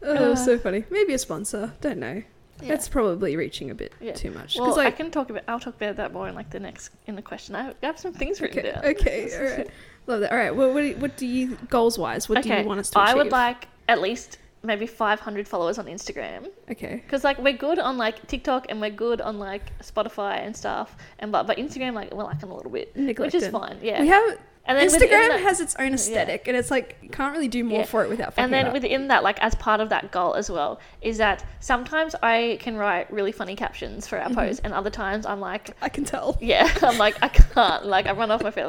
Speaker 2: Oh,
Speaker 1: Uh,
Speaker 2: so funny. Maybe a sponsor. Don't know.
Speaker 1: Yeah.
Speaker 2: That's probably reaching a bit
Speaker 1: Yeah.
Speaker 2: too much. 'Cause,
Speaker 1: well, I
Speaker 2: like,
Speaker 1: can talk about. I'll talk about that more in like the next in the question. I have, I have some things written
Speaker 2: okay,
Speaker 1: down.
Speaker 2: okay, all right. Love that. All right. Well, what do you, what do you goals wise? What do you want us to achieve?
Speaker 1: I would like at least maybe 500 followers on Instagram.
Speaker 2: Okay.
Speaker 1: Because like we're good on like TikTok and we're good on like Spotify and stuff, and but but Instagram like we're lacking a little bit, which is
Speaker 2: Neglected.
Speaker 1: fine. Yeah.
Speaker 2: We have
Speaker 1: and then within
Speaker 2: Instagram
Speaker 1: that-
Speaker 2: has its own aesthetic, and it's like you can't really do more
Speaker 1: Yeah.
Speaker 2: for it without.
Speaker 1: and then
Speaker 2: with
Speaker 1: within that, like as part of that goal as well, is that sometimes I can write really funny captions for our
Speaker 2: Mm-hmm.
Speaker 1: posts, and other times I'm like,
Speaker 2: I can tell.
Speaker 1: yeah, I'm like I can't, like I run off my feet.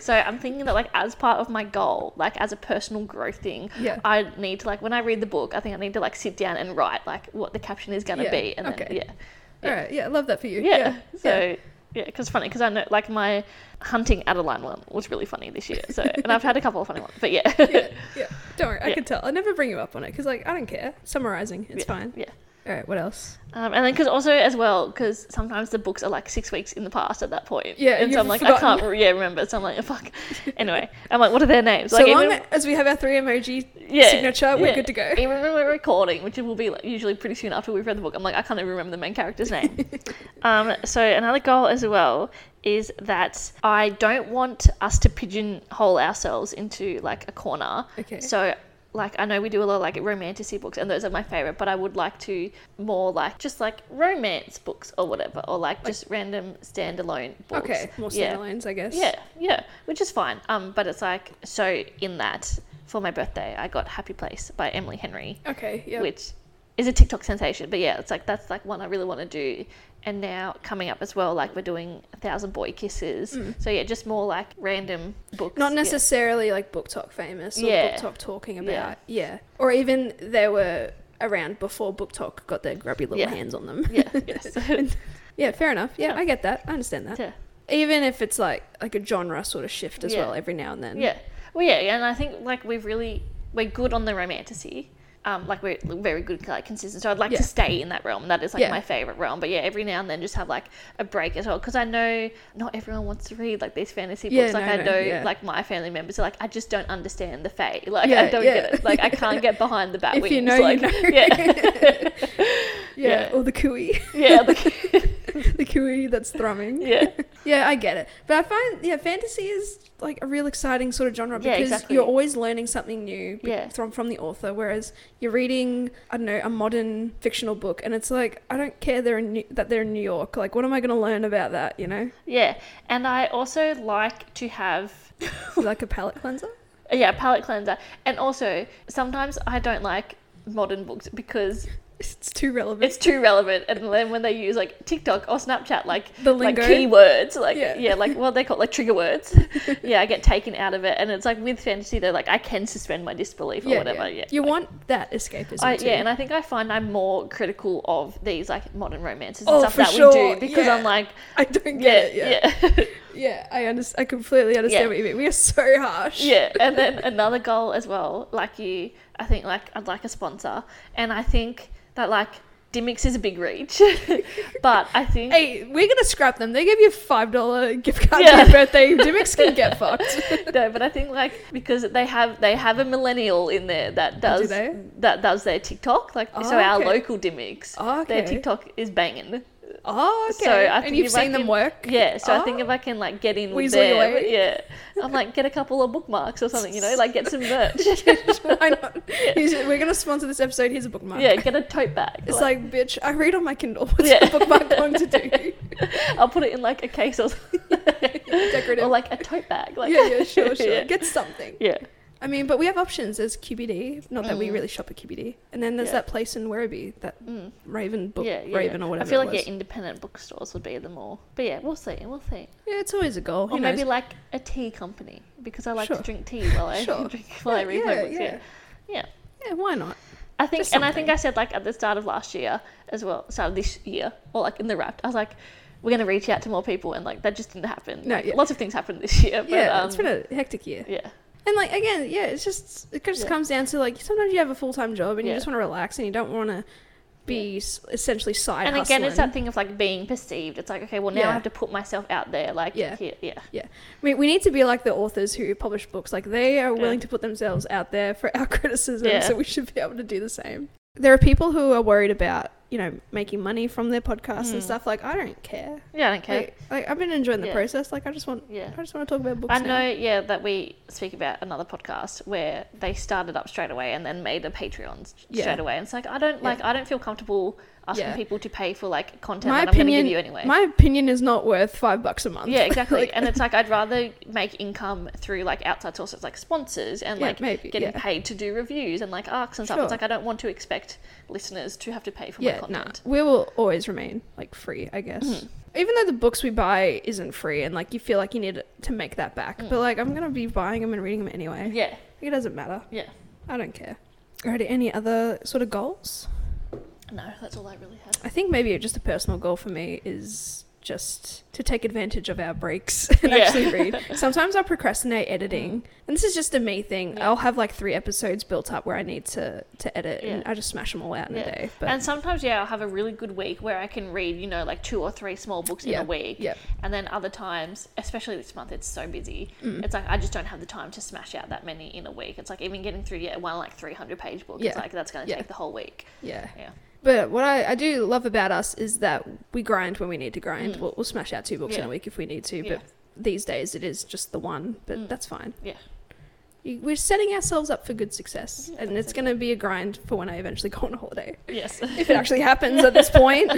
Speaker 1: So I'm thinking that like as part of my goal, like as a personal growth thing,
Speaker 2: Yeah.
Speaker 1: I need to like when I read the book, I think I need to like sit down and write like what the caption is gonna
Speaker 2: Yeah,
Speaker 1: be, and
Speaker 2: okay.
Speaker 1: then yeah.
Speaker 2: All right. Yeah, love that for you.
Speaker 1: yeah.
Speaker 2: Yeah. yeah.
Speaker 1: So yeah, because funny because I know like my hunting Adeline one was really funny this year. So and I've had a couple of funny ones, but yeah,
Speaker 2: yeah, yeah. Don't worry, I
Speaker 1: Yeah.
Speaker 2: can tell. I never bring you up on it because, like, I don't care. Summarizing, it's
Speaker 1: Yeah,
Speaker 2: fine.
Speaker 1: Yeah.
Speaker 2: All right, what else?
Speaker 1: Um, and then, because also as well, because sometimes the books are like six weeks in the past at that point.
Speaker 2: Yeah,
Speaker 1: and
Speaker 2: you've
Speaker 1: so I'm like, I
Speaker 2: forgotten.
Speaker 1: can't, re- yeah, remember. So I'm like, oh, fuck. Anyway, I'm like, what are their names?
Speaker 2: so
Speaker 1: like,
Speaker 2: long
Speaker 1: even-
Speaker 2: as we have our three emoji
Speaker 1: yeah,
Speaker 2: signature, we're
Speaker 1: yeah.
Speaker 2: good to go.
Speaker 1: Even when we're recording, which will be like, usually pretty soon after we've read the book, I'm like, I can't even remember the main character's name. um, so another goal as well is that I don't want us to pigeonhole ourselves into like a corner.
Speaker 2: Okay.
Speaker 1: So like I know we do a lot of like romanticy books and those are my favorite, but I would like to more like just like romance books or whatever, or like, just random standalone books.
Speaker 2: Okay, more
Speaker 1: Yeah.
Speaker 2: standalones, I guess.
Speaker 1: Yeah, yeah, which is fine. Um, but it's like so in that for my birthday, I got Happy Place by Emily Henry,
Speaker 2: Okay. Yeah.
Speaker 1: which is a TikTok sensation. But yeah, it's like that's like one I really want to do. And now coming up as well, like we're doing a thousand boy kisses. So yeah, just more like random books.
Speaker 2: Mm. Not
Speaker 1: yeah.
Speaker 2: necessarily like book talk famous or
Speaker 1: Yeah.
Speaker 2: book talk talking about.
Speaker 1: Yeah.
Speaker 2: Yeah. Or even they were around before book talk got their grubby little
Speaker 1: Yeah.
Speaker 2: hands on them.
Speaker 1: Yeah, yes.
Speaker 2: yeah, fair enough. Yeah,
Speaker 1: Yeah.
Speaker 2: I get that. I understand that.
Speaker 1: yeah.
Speaker 2: Even if it's like like a genre sort of shift as
Speaker 1: Yeah.
Speaker 2: well every now and then.
Speaker 1: Yeah. Well, yeah, and I think like we've really we're good on the romanticy. Um, like we're very good like consistent. So I'd like
Speaker 2: Yeah.
Speaker 1: to stay in that realm. That is like
Speaker 2: Yeah.
Speaker 1: my favorite realm. But yeah, every now and then just have like a break as well because I know not everyone wants to read like these fantasy books.
Speaker 2: Yeah,
Speaker 1: like
Speaker 2: no,
Speaker 1: I
Speaker 2: no,
Speaker 1: know
Speaker 2: yeah.
Speaker 1: like my family members are like I just don't understand the fae. Like I
Speaker 2: Yeah,
Speaker 1: don't
Speaker 2: yeah.
Speaker 1: get it. Like I can't get behind the bat
Speaker 2: If
Speaker 1: wings.
Speaker 2: you know, you
Speaker 1: like,
Speaker 2: know.
Speaker 1: Yeah.
Speaker 2: Yeah,
Speaker 1: Yeah.
Speaker 2: Or the cooey.
Speaker 1: yeah. Like,
Speaker 2: the cooey that's thrumming.
Speaker 1: yeah.
Speaker 2: Yeah, I get it. But I find yeah, fantasy is like a real exciting sort of genre
Speaker 1: Yeah,
Speaker 2: because
Speaker 1: exactly.
Speaker 2: you're always learning something new be-
Speaker 1: Yeah.
Speaker 2: from from the author. Whereas you're reading, I don't know, a modern fictional book, and it's like I don't care they're in new- that they're in New York. Like, what am I going to learn about that? You know,
Speaker 1: Yeah. And I also like to have
Speaker 2: like a palate cleanser.
Speaker 1: Uh, Yeah, palette cleanser. And also, sometimes I don't like modern books because
Speaker 2: It's too relevant.
Speaker 1: it's too relevant. And then when they use like TikTok or Snapchat, like
Speaker 2: The
Speaker 1: like
Speaker 2: lingo.
Speaker 1: keywords, like yeah,
Speaker 2: Yeah.
Speaker 1: like what they call like trigger words. yeah, I get taken out of it. And it's like with fantasy, though, like I can suspend my disbelief or whatever. Yeah,
Speaker 2: You want that escapism
Speaker 1: I,
Speaker 2: too.
Speaker 1: yeah, and I think I find I'm more critical of these like modern romances and
Speaker 2: Oh,
Speaker 1: stuff
Speaker 2: for
Speaker 1: that we
Speaker 2: sure,
Speaker 1: do because
Speaker 2: yeah.
Speaker 1: I'm like,
Speaker 2: I don't
Speaker 1: yeah,
Speaker 2: get it. Yeah,
Speaker 1: yeah, yeah.
Speaker 2: yeah. I understand. I completely understand
Speaker 1: Yeah.
Speaker 2: what you mean. We are so harsh.
Speaker 1: yeah and then another goal as well like you i think like i'd like a sponsor and i think that like dimmix is a big reach but i think
Speaker 2: Hey, we're gonna scrap them. They gave you a five dollar gift card
Speaker 1: Yeah.
Speaker 2: to your birthday. Dimmicks can get fucked.
Speaker 1: no but i think like because they have they have a millennial in there that does
Speaker 2: Oh, they?
Speaker 1: that does their tiktok like so
Speaker 2: Oh,
Speaker 1: our
Speaker 2: okay.
Speaker 1: local dimmix
Speaker 2: Oh,
Speaker 1: their
Speaker 2: okay.
Speaker 1: tiktok is banging
Speaker 2: Oh, okay.
Speaker 1: So I think
Speaker 2: and you've
Speaker 1: if I
Speaker 2: seen them
Speaker 1: can-
Speaker 2: work.
Speaker 1: yeah so i think
Speaker 2: Oh.
Speaker 1: if i can like get in with
Speaker 2: Weasel your
Speaker 1: them
Speaker 2: way.
Speaker 1: yeah i'm like get a couple of bookmarks or something you know like get some merch
Speaker 2: Why not? Here's- We're gonna sponsor this episode. Here's a bookmark.
Speaker 1: yeah get a tote bag
Speaker 2: It's like, bitch, I read on my Kindle. What's
Speaker 1: Yeah.
Speaker 2: the bookmark going to do?
Speaker 1: I'll put it in like a case or something.
Speaker 2: Decorative.
Speaker 1: or like a tote bag. Like
Speaker 2: yeah, yeah, sure, sure.
Speaker 1: Yeah.
Speaker 2: Get something.
Speaker 1: yeah.
Speaker 2: I mean, but we have options. There's QBD, not that we
Speaker 1: Mm.
Speaker 2: really shop at QBD, and then there's
Speaker 1: Yeah.
Speaker 2: that place in Werribee, that
Speaker 1: Mm.
Speaker 2: Raven book,
Speaker 1: yeah, yeah,
Speaker 2: Raven
Speaker 1: yeah.
Speaker 2: or whatever.
Speaker 1: I feel
Speaker 2: it
Speaker 1: like yeah,
Speaker 2: was.
Speaker 1: independent bookstores would be the more. But yeah, we'll see. We'll see.
Speaker 2: yeah, it's always a goal.
Speaker 1: or
Speaker 2: Who
Speaker 1: maybe
Speaker 2: knows?
Speaker 1: like a tea company because I like
Speaker 2: Sure.
Speaker 1: to drink tea while I
Speaker 2: Sure.
Speaker 1: drink while I read my books. Yeah. Yeah.
Speaker 2: yeah. Why not?
Speaker 1: I think,
Speaker 2: Just
Speaker 1: and I think
Speaker 2: something.
Speaker 1: I said like at the start of last year as well, start of this year, or like in the wrapped, I was like, we're gonna reach out to more people, and like that just didn't happen.
Speaker 2: No,
Speaker 1: Like,
Speaker 2: yeah.
Speaker 1: Lots of things happened this year. But,
Speaker 2: yeah,
Speaker 1: um,
Speaker 2: it's been a hectic year.
Speaker 1: yeah,
Speaker 2: And like again, yeah, it's just it just
Speaker 1: Yeah.
Speaker 2: comes down to like sometimes you have a full time job and you
Speaker 1: Yeah.
Speaker 2: just want to relax and you don't want to be s essentially side
Speaker 1: and
Speaker 2: hustling.
Speaker 1: again, it's that thing of like being perceived. It's like okay, well now
Speaker 2: Yeah.
Speaker 1: I have to put myself out there. Like
Speaker 2: Yeah.
Speaker 1: here, yeah,
Speaker 2: I mean, we need to be like the authors who publish books. Like they are
Speaker 1: Yeah.
Speaker 2: willing to put themselves out there for our criticism,
Speaker 1: Yeah.
Speaker 2: so we should be able to do the same. There are people who are worried about you know making money from their podcasts
Speaker 1: Mm.
Speaker 2: and stuff. Like I don't care.
Speaker 1: yeah, I don't care.
Speaker 2: Like, like I've been enjoying the
Speaker 1: Yeah.
Speaker 2: process. Like I just want
Speaker 1: yeah.
Speaker 2: I just want to talk about books.
Speaker 1: I
Speaker 2: now.
Speaker 1: know, yeah, that we speak about another podcast where they started up straight away and then made a Patreon s-
Speaker 2: Yeah.
Speaker 1: straight away. And it's like I don't
Speaker 2: Yeah.
Speaker 1: like I don't feel comfortable asking
Speaker 2: Yeah.
Speaker 1: people to pay for like content
Speaker 2: My
Speaker 1: that I'm going to
Speaker 2: opinion-
Speaker 1: give you anyway.
Speaker 2: My opinion is not worth five bucks a month.
Speaker 1: yeah, exactly.
Speaker 2: Like,
Speaker 1: and it's like I'd rather make income through like outside sources like sponsors and
Speaker 2: yeah,
Speaker 1: like
Speaker 2: maybe
Speaker 1: getting
Speaker 2: yeah.
Speaker 1: paid to do reviews and like arcs and stuff.
Speaker 2: Sure.
Speaker 1: It's like I don't want to expect listeners to have to pay for my
Speaker 2: yeah, nah.
Speaker 1: content.
Speaker 2: We will always remain like free, I guess.
Speaker 1: Mhm.
Speaker 2: Even though the books we buy isn't free, and like you feel like you need to make that back,
Speaker 1: Mm.
Speaker 2: but like I'm gonna be buying them and reading them anyway.
Speaker 1: Yeah.
Speaker 2: It doesn't matter.
Speaker 1: Yeah.
Speaker 2: I don't care. Alrighty, any other sort of goals?
Speaker 1: No, that's all I really had.
Speaker 2: I think maybe just a personal goal for me is just to take advantage of our breaks and
Speaker 1: Yeah.
Speaker 2: actually read. Sometimes I procrastinate editing, and this is just a me thing.
Speaker 1: Yeah.
Speaker 2: I'll have like three episodes built up where I need to to edit, and
Speaker 1: Yeah.
Speaker 2: I just smash them all out in a
Speaker 1: Yeah.
Speaker 2: day. But
Speaker 1: and sometimes, yeah, I'll have a really good week where I can read, you know, like two or three small books
Speaker 2: Yeah,
Speaker 1: in a week.
Speaker 2: yeah.
Speaker 1: And then other times, especially this month, it's so busy.
Speaker 2: Mm.
Speaker 1: It's like I just don't have the time to smash out that many in a week. It's like even getting through, yeah, one like 300 page book, it's
Speaker 2: Yeah.
Speaker 1: like that's going to
Speaker 2: Yeah.
Speaker 1: take the whole week.
Speaker 2: yeah.
Speaker 1: Yeah.
Speaker 2: But what I, I do love about us is that we grind when we need to grind.
Speaker 1: Mm.
Speaker 2: We'll, we'll smash out two books in
Speaker 1: Yeah.
Speaker 2: a week if we need to.
Speaker 1: Yeah.
Speaker 2: But these days it is just the one, but
Speaker 1: Mm.
Speaker 2: that's fine.
Speaker 1: Yeah.
Speaker 2: You- We're setting ourselves up for good success,
Speaker 1: Yeah,
Speaker 2: and
Speaker 1: that's
Speaker 2: it's going to be a grind for when I eventually go on a holiday.
Speaker 1: Yes.
Speaker 2: If it actually happens at this point,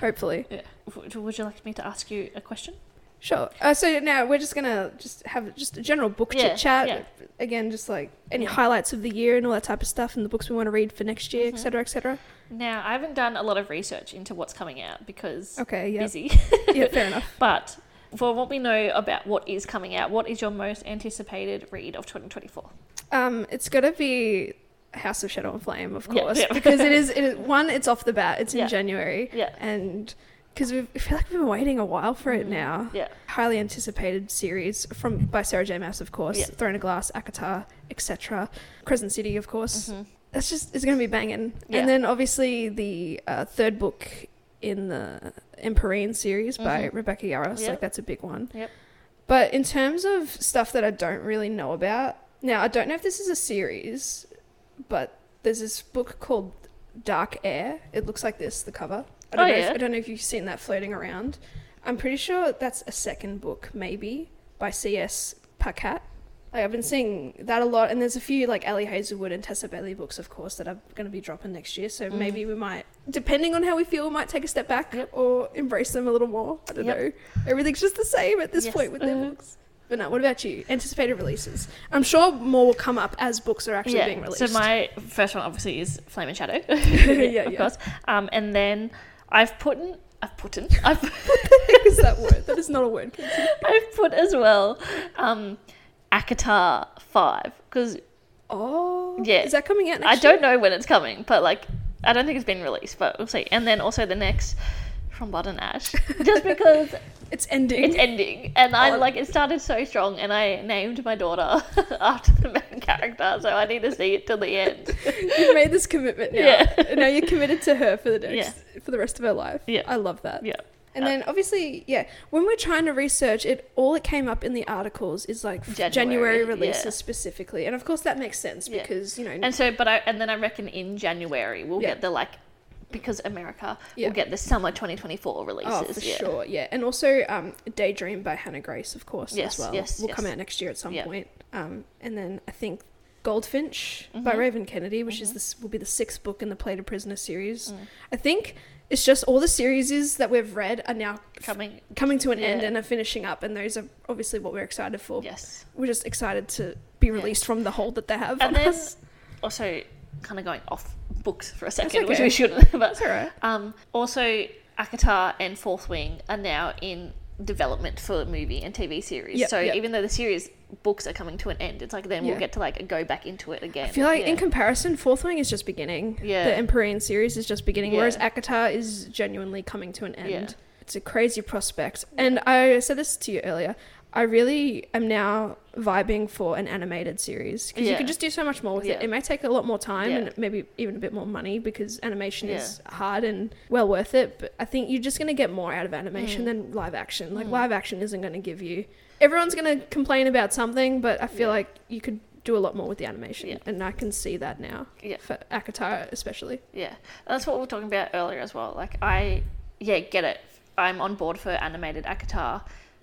Speaker 2: hopefully.
Speaker 1: yeah. Would, would you like me to ask you a question?
Speaker 2: Sure. Uh, so now we're just going to just have just a general book
Speaker 1: Yeah,
Speaker 2: chit chat.
Speaker 1: yeah.
Speaker 2: Again, just like any
Speaker 1: Yeah.
Speaker 2: highlights of the year and all that type of stuff, and the books we want to read for next year,
Speaker 1: Mhm.
Speaker 2: etc., etc.
Speaker 1: Now, I haven't done a lot of research into what's coming out because
Speaker 2: Okay. Yeah.
Speaker 1: busy.
Speaker 2: yeah. Fair enough.
Speaker 1: But for what we know about what is coming out, what is your most anticipated read of 2024?
Speaker 2: Um, it's gonna be House of Shadow and Flame, of
Speaker 1: Yeah,
Speaker 2: course,
Speaker 1: yeah.
Speaker 2: because it is, it is one. It's off the bat. It's in
Speaker 1: Yeah.
Speaker 2: January,
Speaker 1: Yeah. Mm-hmm.
Speaker 2: and because we feel like we've been waiting a while for it now.
Speaker 1: Yeah.
Speaker 2: Highly anticipated series from by Sarah J. Maas, of course.
Speaker 1: Yeah.
Speaker 2: Throne of Glass, Akatar, etc. Crescent City, of course.
Speaker 1: Mhm.
Speaker 2: That's just it's gonna be banging.
Speaker 1: Yeah.
Speaker 2: And then obviously the uh, third book in the Emperine series by
Speaker 1: Mhm.
Speaker 2: Rebecca Yarros,
Speaker 1: Yep.
Speaker 2: like that's a big one.
Speaker 1: Yep.
Speaker 2: But in terms of stuff that I don't really know about, now I don't know if this is a series, but there's this book called Dark Air. It looks like this, the cover. I don't,
Speaker 1: Oh,
Speaker 2: know,
Speaker 1: yeah.
Speaker 2: if, I don't know if you've seen that floating around. I'm pretty sure that's a second book, maybe, by C.S. Paquette. Like, I've been seeing that a lot, and there's a few like Ellie Hazelwood and Tessa Bailey books, of course, that are going to be dropping next year. So
Speaker 1: Mhm.
Speaker 2: maybe we might, depending on how we feel, we might take a step back
Speaker 1: Yep.
Speaker 2: or embrace them a little more. I don't
Speaker 1: Yep.
Speaker 2: know. Everything's just the same at this
Speaker 1: Yes.
Speaker 2: point with their
Speaker 1: Mhm.
Speaker 2: books. But no, what about you? Anticipated releases. I'm sure more will come up as books are actually being released.
Speaker 1: So my first one obviously is Flame and Shadow.
Speaker 2: Yeah,
Speaker 1: of
Speaker 2: yeah.
Speaker 1: course. Um, and then I've put in, I've put in, I've,
Speaker 2: is that word? That is not a word.
Speaker 1: I've put as well, um, Akatar Five because
Speaker 2: Oh,
Speaker 1: Yeah.
Speaker 2: Is that coming out? Next
Speaker 1: I don't know when it's coming, but like I don't think it's been released, but we'll see. And then also the next from Blood and Ash, just because
Speaker 2: Year? It's ending.
Speaker 1: it's ending, and I
Speaker 2: Oh.
Speaker 1: like it started so strong, and I named my daughter after the main character, so I need to see it till the end.
Speaker 2: You've made this commitment now.
Speaker 1: Yeah.
Speaker 2: now you're committed to her for the next, for the rest of her life.
Speaker 1: Yeah.
Speaker 2: I love that.
Speaker 1: Yeah.
Speaker 2: And then obviously, yeah, when we're trying to research it, all it came up in the articles is like January,
Speaker 1: January,
Speaker 2: January
Speaker 1: yeah.
Speaker 2: releases specifically, and of course that makes sense
Speaker 1: Yeah.
Speaker 2: because you know
Speaker 1: And so, but I and then I reckon in January we'll
Speaker 2: Yeah.
Speaker 1: get the like because America
Speaker 2: Yeah.
Speaker 1: we'll get the summer 2024 releases.
Speaker 2: Oh, for
Speaker 1: yeah.
Speaker 2: sure, yeah. And also, um, Daydream by Hannah Grace, of course,
Speaker 1: Yes,
Speaker 2: as well,
Speaker 1: yes,
Speaker 2: will come
Speaker 1: yes.
Speaker 2: out next year at some
Speaker 1: Yeah.
Speaker 2: point. Um, and then I think Goldfinch by
Speaker 1: Mhm.
Speaker 2: Raven Kennedy, which is
Speaker 1: Mhm.
Speaker 2: this will be the sixth book in the Play to Prisoner series.
Speaker 1: Mm.
Speaker 2: I think it's just all the series that we've read are now
Speaker 1: Coming.
Speaker 2: coming to an end
Speaker 1: Yeah.
Speaker 2: and are finishing up, and those are obviously what we're excited for.
Speaker 1: Yes.
Speaker 2: We're just excited to be
Speaker 1: Yeah.
Speaker 2: released from the hold that they have.
Speaker 1: And
Speaker 2: on
Speaker 1: then
Speaker 2: us.
Speaker 1: also kind of going off books for a second, which
Speaker 2: okay.
Speaker 1: we shouldn't. But
Speaker 2: that's all right.
Speaker 1: um, also, Akatar and Fourth Wing are now in development for movie and TV series.
Speaker 2: Yep,
Speaker 1: so
Speaker 2: yep.
Speaker 1: even though the series books are coming to an end, it's like then
Speaker 2: Yeah.
Speaker 1: we'll get to like go back into it again.
Speaker 2: I feel like
Speaker 1: yeah.
Speaker 2: in comparison, Fourth Wing is just beginning.
Speaker 1: Yeah.
Speaker 2: The Empyrean series is just beginning, whereas
Speaker 1: Yeah.
Speaker 2: Akatar is genuinely coming to an end.
Speaker 1: Yeah.
Speaker 2: It's a crazy prospect. And I said this to you earlier. I really am now vibing for an animated series because you
Speaker 1: Yeah.
Speaker 2: can just do so much more with it.
Speaker 1: Yeah.
Speaker 2: It may take a lot more time
Speaker 1: Yeah.
Speaker 2: and maybe even a bit more money because animation is hard and well worth it. But I think you're just going to get more out of animation
Speaker 1: Mm.
Speaker 2: than live action. Like, live action isn't going to give you. Everyone's going to complain about something, but I feel
Speaker 1: Yeah.
Speaker 2: like you could do a lot more with the animation,
Speaker 1: Yeah.
Speaker 2: and I can see that now.
Speaker 1: Yeah.
Speaker 2: For Akatar, especially.
Speaker 1: Yeah, that's what we were talking about earlier as well. Like I, yeah, get it. I'm on board for animated Akatar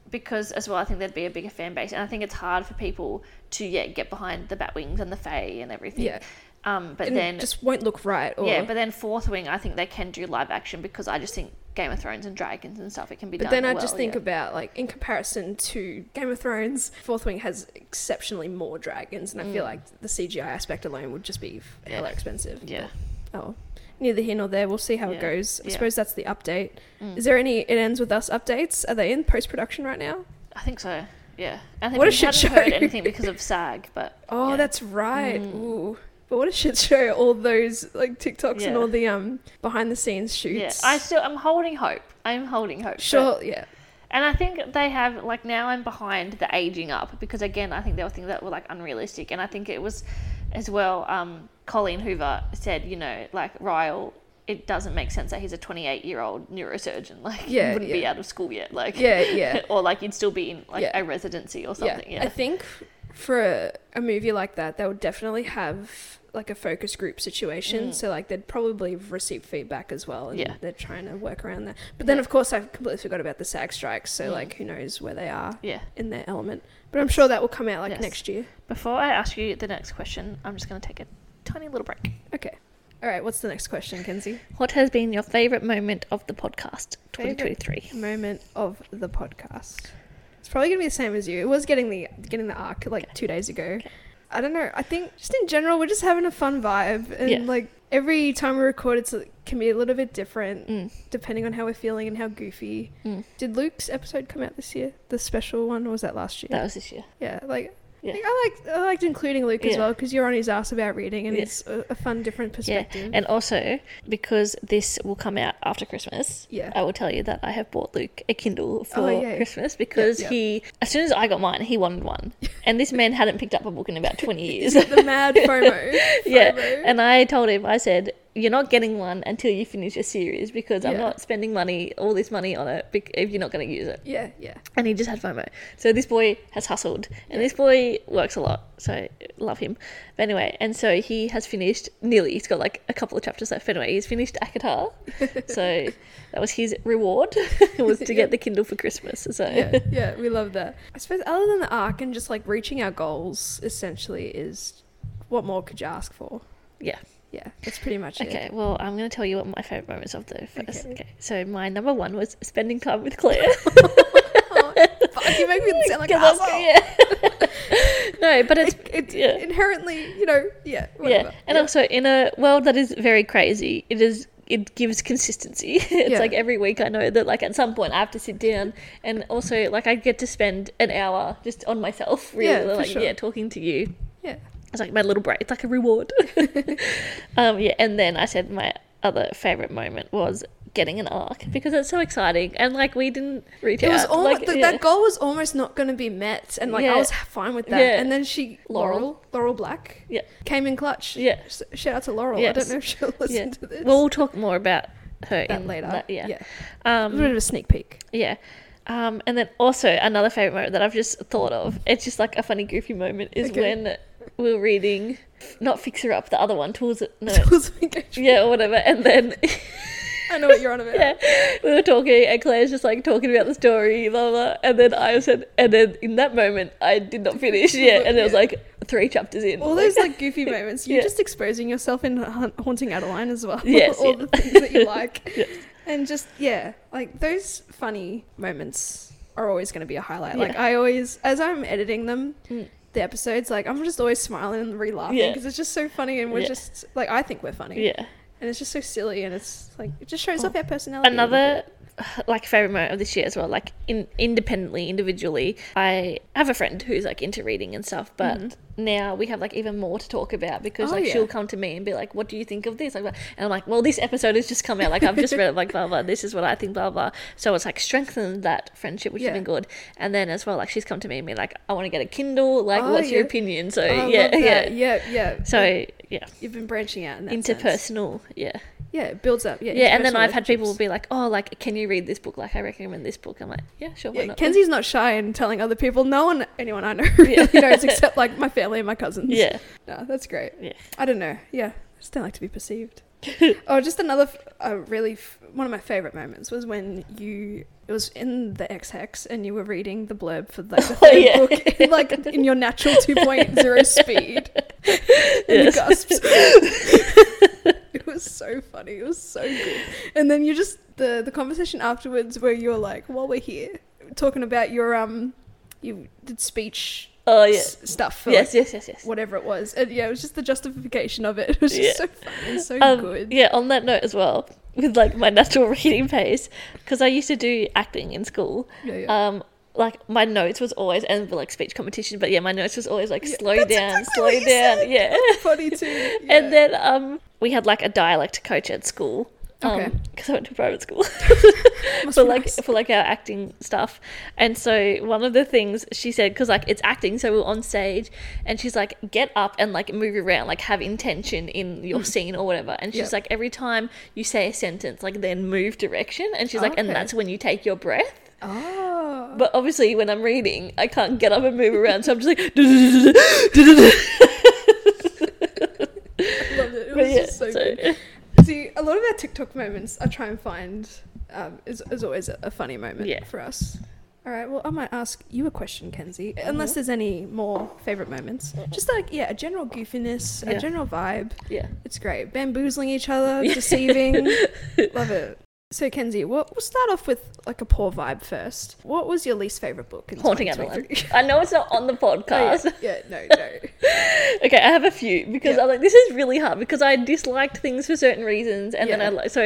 Speaker 1: because as well, I think there'd be a bigger fan base, and I think it's hard for people to yeah get behind the Batwings and the Fae and everything.
Speaker 2: Yeah.
Speaker 1: Um, but
Speaker 2: and
Speaker 1: then
Speaker 2: it just won't look right. Or,
Speaker 1: yeah, but then Fourth Wing, I think they can do live action because I just think Game of Thrones and dragons and stuff it can be
Speaker 2: but
Speaker 1: done.
Speaker 2: then I
Speaker 1: well,
Speaker 2: just think
Speaker 1: yeah.
Speaker 2: about like in comparison to Game of Thrones, Fourth Wing has exceptionally more dragons, and I feel
Speaker 1: Mm.
Speaker 2: like the CGI aspect alone would just be f-
Speaker 1: Yeah.
Speaker 2: hella expensive.
Speaker 1: yeah.
Speaker 2: but- oh, neither here nor there. We'll see how it
Speaker 1: Yeah.
Speaker 2: goes. I
Speaker 1: Yeah.
Speaker 2: suppose that's the update.
Speaker 1: Mm.
Speaker 2: Is there any? It ends with us updates. Are they in post production right now?
Speaker 1: I think so. Yeah, I think
Speaker 2: What a
Speaker 1: we
Speaker 2: shit
Speaker 1: haven't
Speaker 2: show.
Speaker 1: heard anything because of SAG, but
Speaker 2: Oh,
Speaker 1: yeah.
Speaker 2: that's right.
Speaker 1: Mm.
Speaker 2: Ooh. But what a shit show! All those like TikToks and
Speaker 1: Yeah.
Speaker 2: all the um behind the scenes shoots.
Speaker 1: Yeah, I still I'm holding hope. I'm holding hope. but-
Speaker 2: sure. Yeah,
Speaker 1: And I think they have like now I'm behind the aging up because again I think there were things that were like unrealistic and I think it was as well um, Colleen Hoover said you know like Ryle it doesn't make sense that he's a 28 year old neurosurgeon like he
Speaker 2: Yeah,
Speaker 1: wouldn't be
Speaker 2: yeah.
Speaker 1: out of school yet like
Speaker 2: yeah, yeah,
Speaker 1: or like you'd still be in like
Speaker 2: Yeah.
Speaker 1: a residency or
Speaker 2: yeah.
Speaker 1: something yeah
Speaker 2: I think for a, a movie like that, they would definitely have like a focus group situation.
Speaker 1: Mm.
Speaker 2: So like they'd probably receive feedback as well, and
Speaker 1: Yeah.
Speaker 2: they're trying to work around that. But then
Speaker 1: Yeah.
Speaker 2: of course I completely forgot about the SAG strikes. So
Speaker 1: Mm.
Speaker 2: like who knows where they are
Speaker 1: yeah
Speaker 2: in their element. But I'm sure that will come out like
Speaker 1: Yes.
Speaker 2: next year.
Speaker 1: before I ask you the next question I'm just gonna take a tiny little break
Speaker 2: Okay. All right. What's the next question, Kenzie?
Speaker 1: what has been your favorite moment of the podcast
Speaker 2: Favourite?
Speaker 1: 2023
Speaker 2: moment of the podcast. It's probably gonna be the same as you. It was getting the getting the arc like two days ago. I don't know. I think just in general, we're just having a fun vibe, and
Speaker 1: Yeah.
Speaker 2: like every time we record, it's it can be a little bit different
Speaker 1: Mm.
Speaker 2: depending on how we're feeling and how goofy.
Speaker 1: Mm.
Speaker 2: Did Luke's episode come out this year? The special one or was that last year?
Speaker 1: that was this year
Speaker 2: yeah, like.
Speaker 1: Yeah.
Speaker 2: like, I liked I liked including Luke as
Speaker 1: Yeah.
Speaker 2: well because you're on his ass about reading and
Speaker 1: Yeah.
Speaker 2: it's a, a fun different perspective.
Speaker 1: And also, because this will come out after Christmas,
Speaker 2: Yeah.
Speaker 1: I will tell you that I have bought Luke a Kindle for
Speaker 2: Oh, yay.
Speaker 1: Christmas because
Speaker 2: yep.
Speaker 1: he, as soon as I got mine, he wanted one. um, and this man hadn't picked up a book in about 20 years.
Speaker 2: the mad FOMO.
Speaker 1: yeah.
Speaker 2: FOMO.
Speaker 1: And I told him, I said, you're not getting one until you finish your series because I'm
Speaker 2: Yeah.
Speaker 1: not spending money, all this money on it bec- if you're not going to use it.
Speaker 2: yeah, yeah.
Speaker 1: And he just had FOMO. So this boy has hustled, and this boy works a lot. So love him. But anyway, and so he has finished nearly. He's got like a couple of chapters left. But anyway, he's finished Akatar. so that was his reward was to
Speaker 2: Yeah.
Speaker 1: get the Kindle for Christmas. So
Speaker 2: yeah, yeah, we love that. I suppose other than the arc and just like reaching our goals, essentially, is what more could you ask for?
Speaker 1: yeah.
Speaker 2: Yeah, that's pretty much
Speaker 1: Okay.
Speaker 2: it.
Speaker 1: Well, I'm going to tell you what my favorite moments of the first.
Speaker 2: Okay.
Speaker 1: Okay. So my number one was spending time with Claire.
Speaker 2: Oh, fuck, you make me sound like an
Speaker 1: 'Cause
Speaker 2: asshole.
Speaker 1: that's- yeah. no, but it's
Speaker 2: It, it
Speaker 1: yeah.
Speaker 2: inherently, you know, yeah, whatever.
Speaker 1: Yeah, and also in a world that is very crazy, it is it gives consistency. it's
Speaker 2: Yeah.
Speaker 1: like every week I know that like at some point I have to sit down and also like I get to spend an hour just on myself, really,
Speaker 2: Yeah, for
Speaker 1: like
Speaker 2: sure.
Speaker 1: yeah, talking to you.
Speaker 2: yeah,
Speaker 1: It's like my little break. It's like a reward. um, yeah, and then I said my other favorite moment was getting an arc because it's so exciting and like we didn't reach
Speaker 2: it
Speaker 1: out.
Speaker 2: was almost
Speaker 1: like,
Speaker 2: th-
Speaker 1: yeah.
Speaker 2: that goal was almost not going to be met, and like I
Speaker 1: Yeah.
Speaker 2: was fine with that.
Speaker 1: Yeah.
Speaker 2: And then she
Speaker 1: Laurel.
Speaker 2: Laurel Laurel Black
Speaker 1: Yeah.
Speaker 2: came in clutch.
Speaker 1: Yeah.
Speaker 2: S- shout out to Laurel. I don't
Speaker 1: Yes.
Speaker 2: know if she'll listen
Speaker 1: yeah.
Speaker 2: to this.
Speaker 1: Well, we'll talk more about her
Speaker 2: that
Speaker 1: in
Speaker 2: later.
Speaker 1: that- yeah.
Speaker 2: yeah, a
Speaker 1: Um,
Speaker 2: little bit of a sneak peek.
Speaker 1: Yeah. Um, and then also another favorite moment that I've just thought of. It's just like a funny, goofy moment is
Speaker 2: Okay.
Speaker 1: when we we're reading, not Fixer Up, the other one, Tools. No,
Speaker 2: Tools of engagement.
Speaker 1: yeah, or whatever. And then
Speaker 2: I know what you're on about.
Speaker 1: yeah, we were talking, and Claire's just like talking about the story, blah blah. And then I said, and then in that moment, I did not finish. Yeah, and it was
Speaker 2: Yeah.
Speaker 1: like three chapters in.
Speaker 2: All those like goofy moments. You're
Speaker 1: Yeah.
Speaker 2: just exposing yourself in haun- haunting Adeline as well.
Speaker 1: Yes,
Speaker 2: all
Speaker 1: yeah.
Speaker 2: the things that you like,
Speaker 1: Yeah.
Speaker 2: and just yeah, like those funny moments are always going to be a highlight. Like
Speaker 1: Yeah.
Speaker 2: I always, as I'm editing them,
Speaker 1: Mm.
Speaker 2: the episodes, like I'm just always smiling and re-laughing
Speaker 1: Yeah.
Speaker 2: because it's just so funny, and we're
Speaker 1: Yeah.
Speaker 2: just like I think we're funny,
Speaker 1: yeah.
Speaker 2: and it's just so silly, and it's like it just shows
Speaker 1: Oh,
Speaker 2: off our personality. a little
Speaker 1: Another like favorite moment of this year as well. Like in independently, individually, I have a friend who's like into reading and stuff, but now we have like even more to talk about because
Speaker 2: Mm-hmm. Oh,
Speaker 1: like
Speaker 2: yeah.
Speaker 1: she'll come to me and be like, "What do you think of this?" Like, blah- and I'm like, "Well, this episode has just come out. Like, I've just read it. Like, blah blah. This is what I think. Blah blah." So it's like strengthened that friendship, which
Speaker 2: Yeah.
Speaker 1: has been good. And then as well, like she's come to me and be like, "I want to get a Kindle. Like,
Speaker 2: Oh,
Speaker 1: what's your
Speaker 2: yeah.
Speaker 1: opinion?" So
Speaker 2: bit. Oh, I
Speaker 1: yeah,
Speaker 2: love that.
Speaker 1: yeah.
Speaker 2: yeah, yeah.
Speaker 1: So yeah,
Speaker 2: you've been branching out in that sense.
Speaker 1: interpersonal. Yeah
Speaker 2: Yeah, it builds up. Yeah,
Speaker 1: yeah, and then
Speaker 2: interpersonal
Speaker 1: I've had people
Speaker 2: relationships.
Speaker 1: be like, "Oh, like, can you read this book? Like, I recommend this book." I'm like, "Yeah, sure, why
Speaker 2: Yeah,
Speaker 1: not?"
Speaker 2: Kenzie's not shy in telling other people. No one, anyone I know really knows except like my family and my cousins.
Speaker 1: yeah,
Speaker 2: No, that's great.
Speaker 1: Yeah.
Speaker 2: I don't know. Yeah. I just don't like to be perceived. oh, just another f- uh, really f- one of my favorite moments was when you it was in the X Hex and you were reading the blurb for like the
Speaker 1: Oh,
Speaker 2: third
Speaker 1: yeah.
Speaker 2: book in, like in your natural 2.0 speed. and the
Speaker 1: Yes.
Speaker 2: gasps. it was so funny. It was so good. And then you just the the conversation afterwards where you were like, while we're here talking about your um you did speech
Speaker 1: oh yeah,
Speaker 2: s- stuff for like,
Speaker 1: yes, yes, yes, yes.
Speaker 2: whatever it was. And yeah, it was just the justification of it. It was just
Speaker 1: Yeah.
Speaker 2: so fun and so
Speaker 1: Um,
Speaker 2: good.
Speaker 1: Yeah, on that note as well, with like my natural reading pace, because I used to do acting in school.
Speaker 2: Yeah, yeah.
Speaker 1: Um, like my notes was always and like speech competition, but yeah, my notes was always like
Speaker 2: Yeah,
Speaker 1: slow
Speaker 2: that's
Speaker 1: down,
Speaker 2: exactly
Speaker 1: slow
Speaker 2: what you
Speaker 1: down,
Speaker 2: said.
Speaker 1: yeah.
Speaker 2: Funny too. Yeah.
Speaker 1: And then um, we had like a dialect coach at school.
Speaker 2: Okay.
Speaker 1: Because I went to private school.
Speaker 2: Must
Speaker 1: for
Speaker 2: be
Speaker 1: like
Speaker 2: nice.
Speaker 1: for like our acting stuff. And so one of the things she said, because like it's acting, so we we're on stage, and she's like, get up and like move around, like have intention in your scene or whatever. And she's
Speaker 2: Mm. Yep.
Speaker 1: like, every time you say a sentence, like then move direction. And she's like, and
Speaker 2: Okay.
Speaker 1: that's when you take your breath.
Speaker 2: Oh.
Speaker 1: But obviously, when I'm reading, I can't get up and move around, so I'm just like.
Speaker 2: I loved it. It
Speaker 1: But
Speaker 2: was
Speaker 1: yeah,
Speaker 2: just so,
Speaker 1: so,
Speaker 2: good. See, a lot of our TikTok moments I try and find um, is, is always a, a funny moment
Speaker 1: Yeah.
Speaker 2: for us. All right, well, I might ask you a question, Kenzie,
Speaker 1: Mm-hmm.
Speaker 2: unless there's any more favourite moments. Just like, yeah, a general goofiness,
Speaker 1: Yeah.
Speaker 2: a general vibe.
Speaker 1: yeah.
Speaker 2: It's great. Bamboozling each other, deceiving. Love it. So Kenzie, we'll, we'll start off with like a poor vibe first. What was your least favorite book? In
Speaker 1: Haunting Adeline.
Speaker 2: 2023?
Speaker 1: I know it's not on the
Speaker 2: Oh,
Speaker 1: podcast.
Speaker 2: yeah. yeah, no, no.
Speaker 1: Okay, I have a few because
Speaker 2: Yeah.
Speaker 1: I'm like, this is really hard because I disliked things for certain reasons, and
Speaker 2: Yeah.
Speaker 1: then I like so.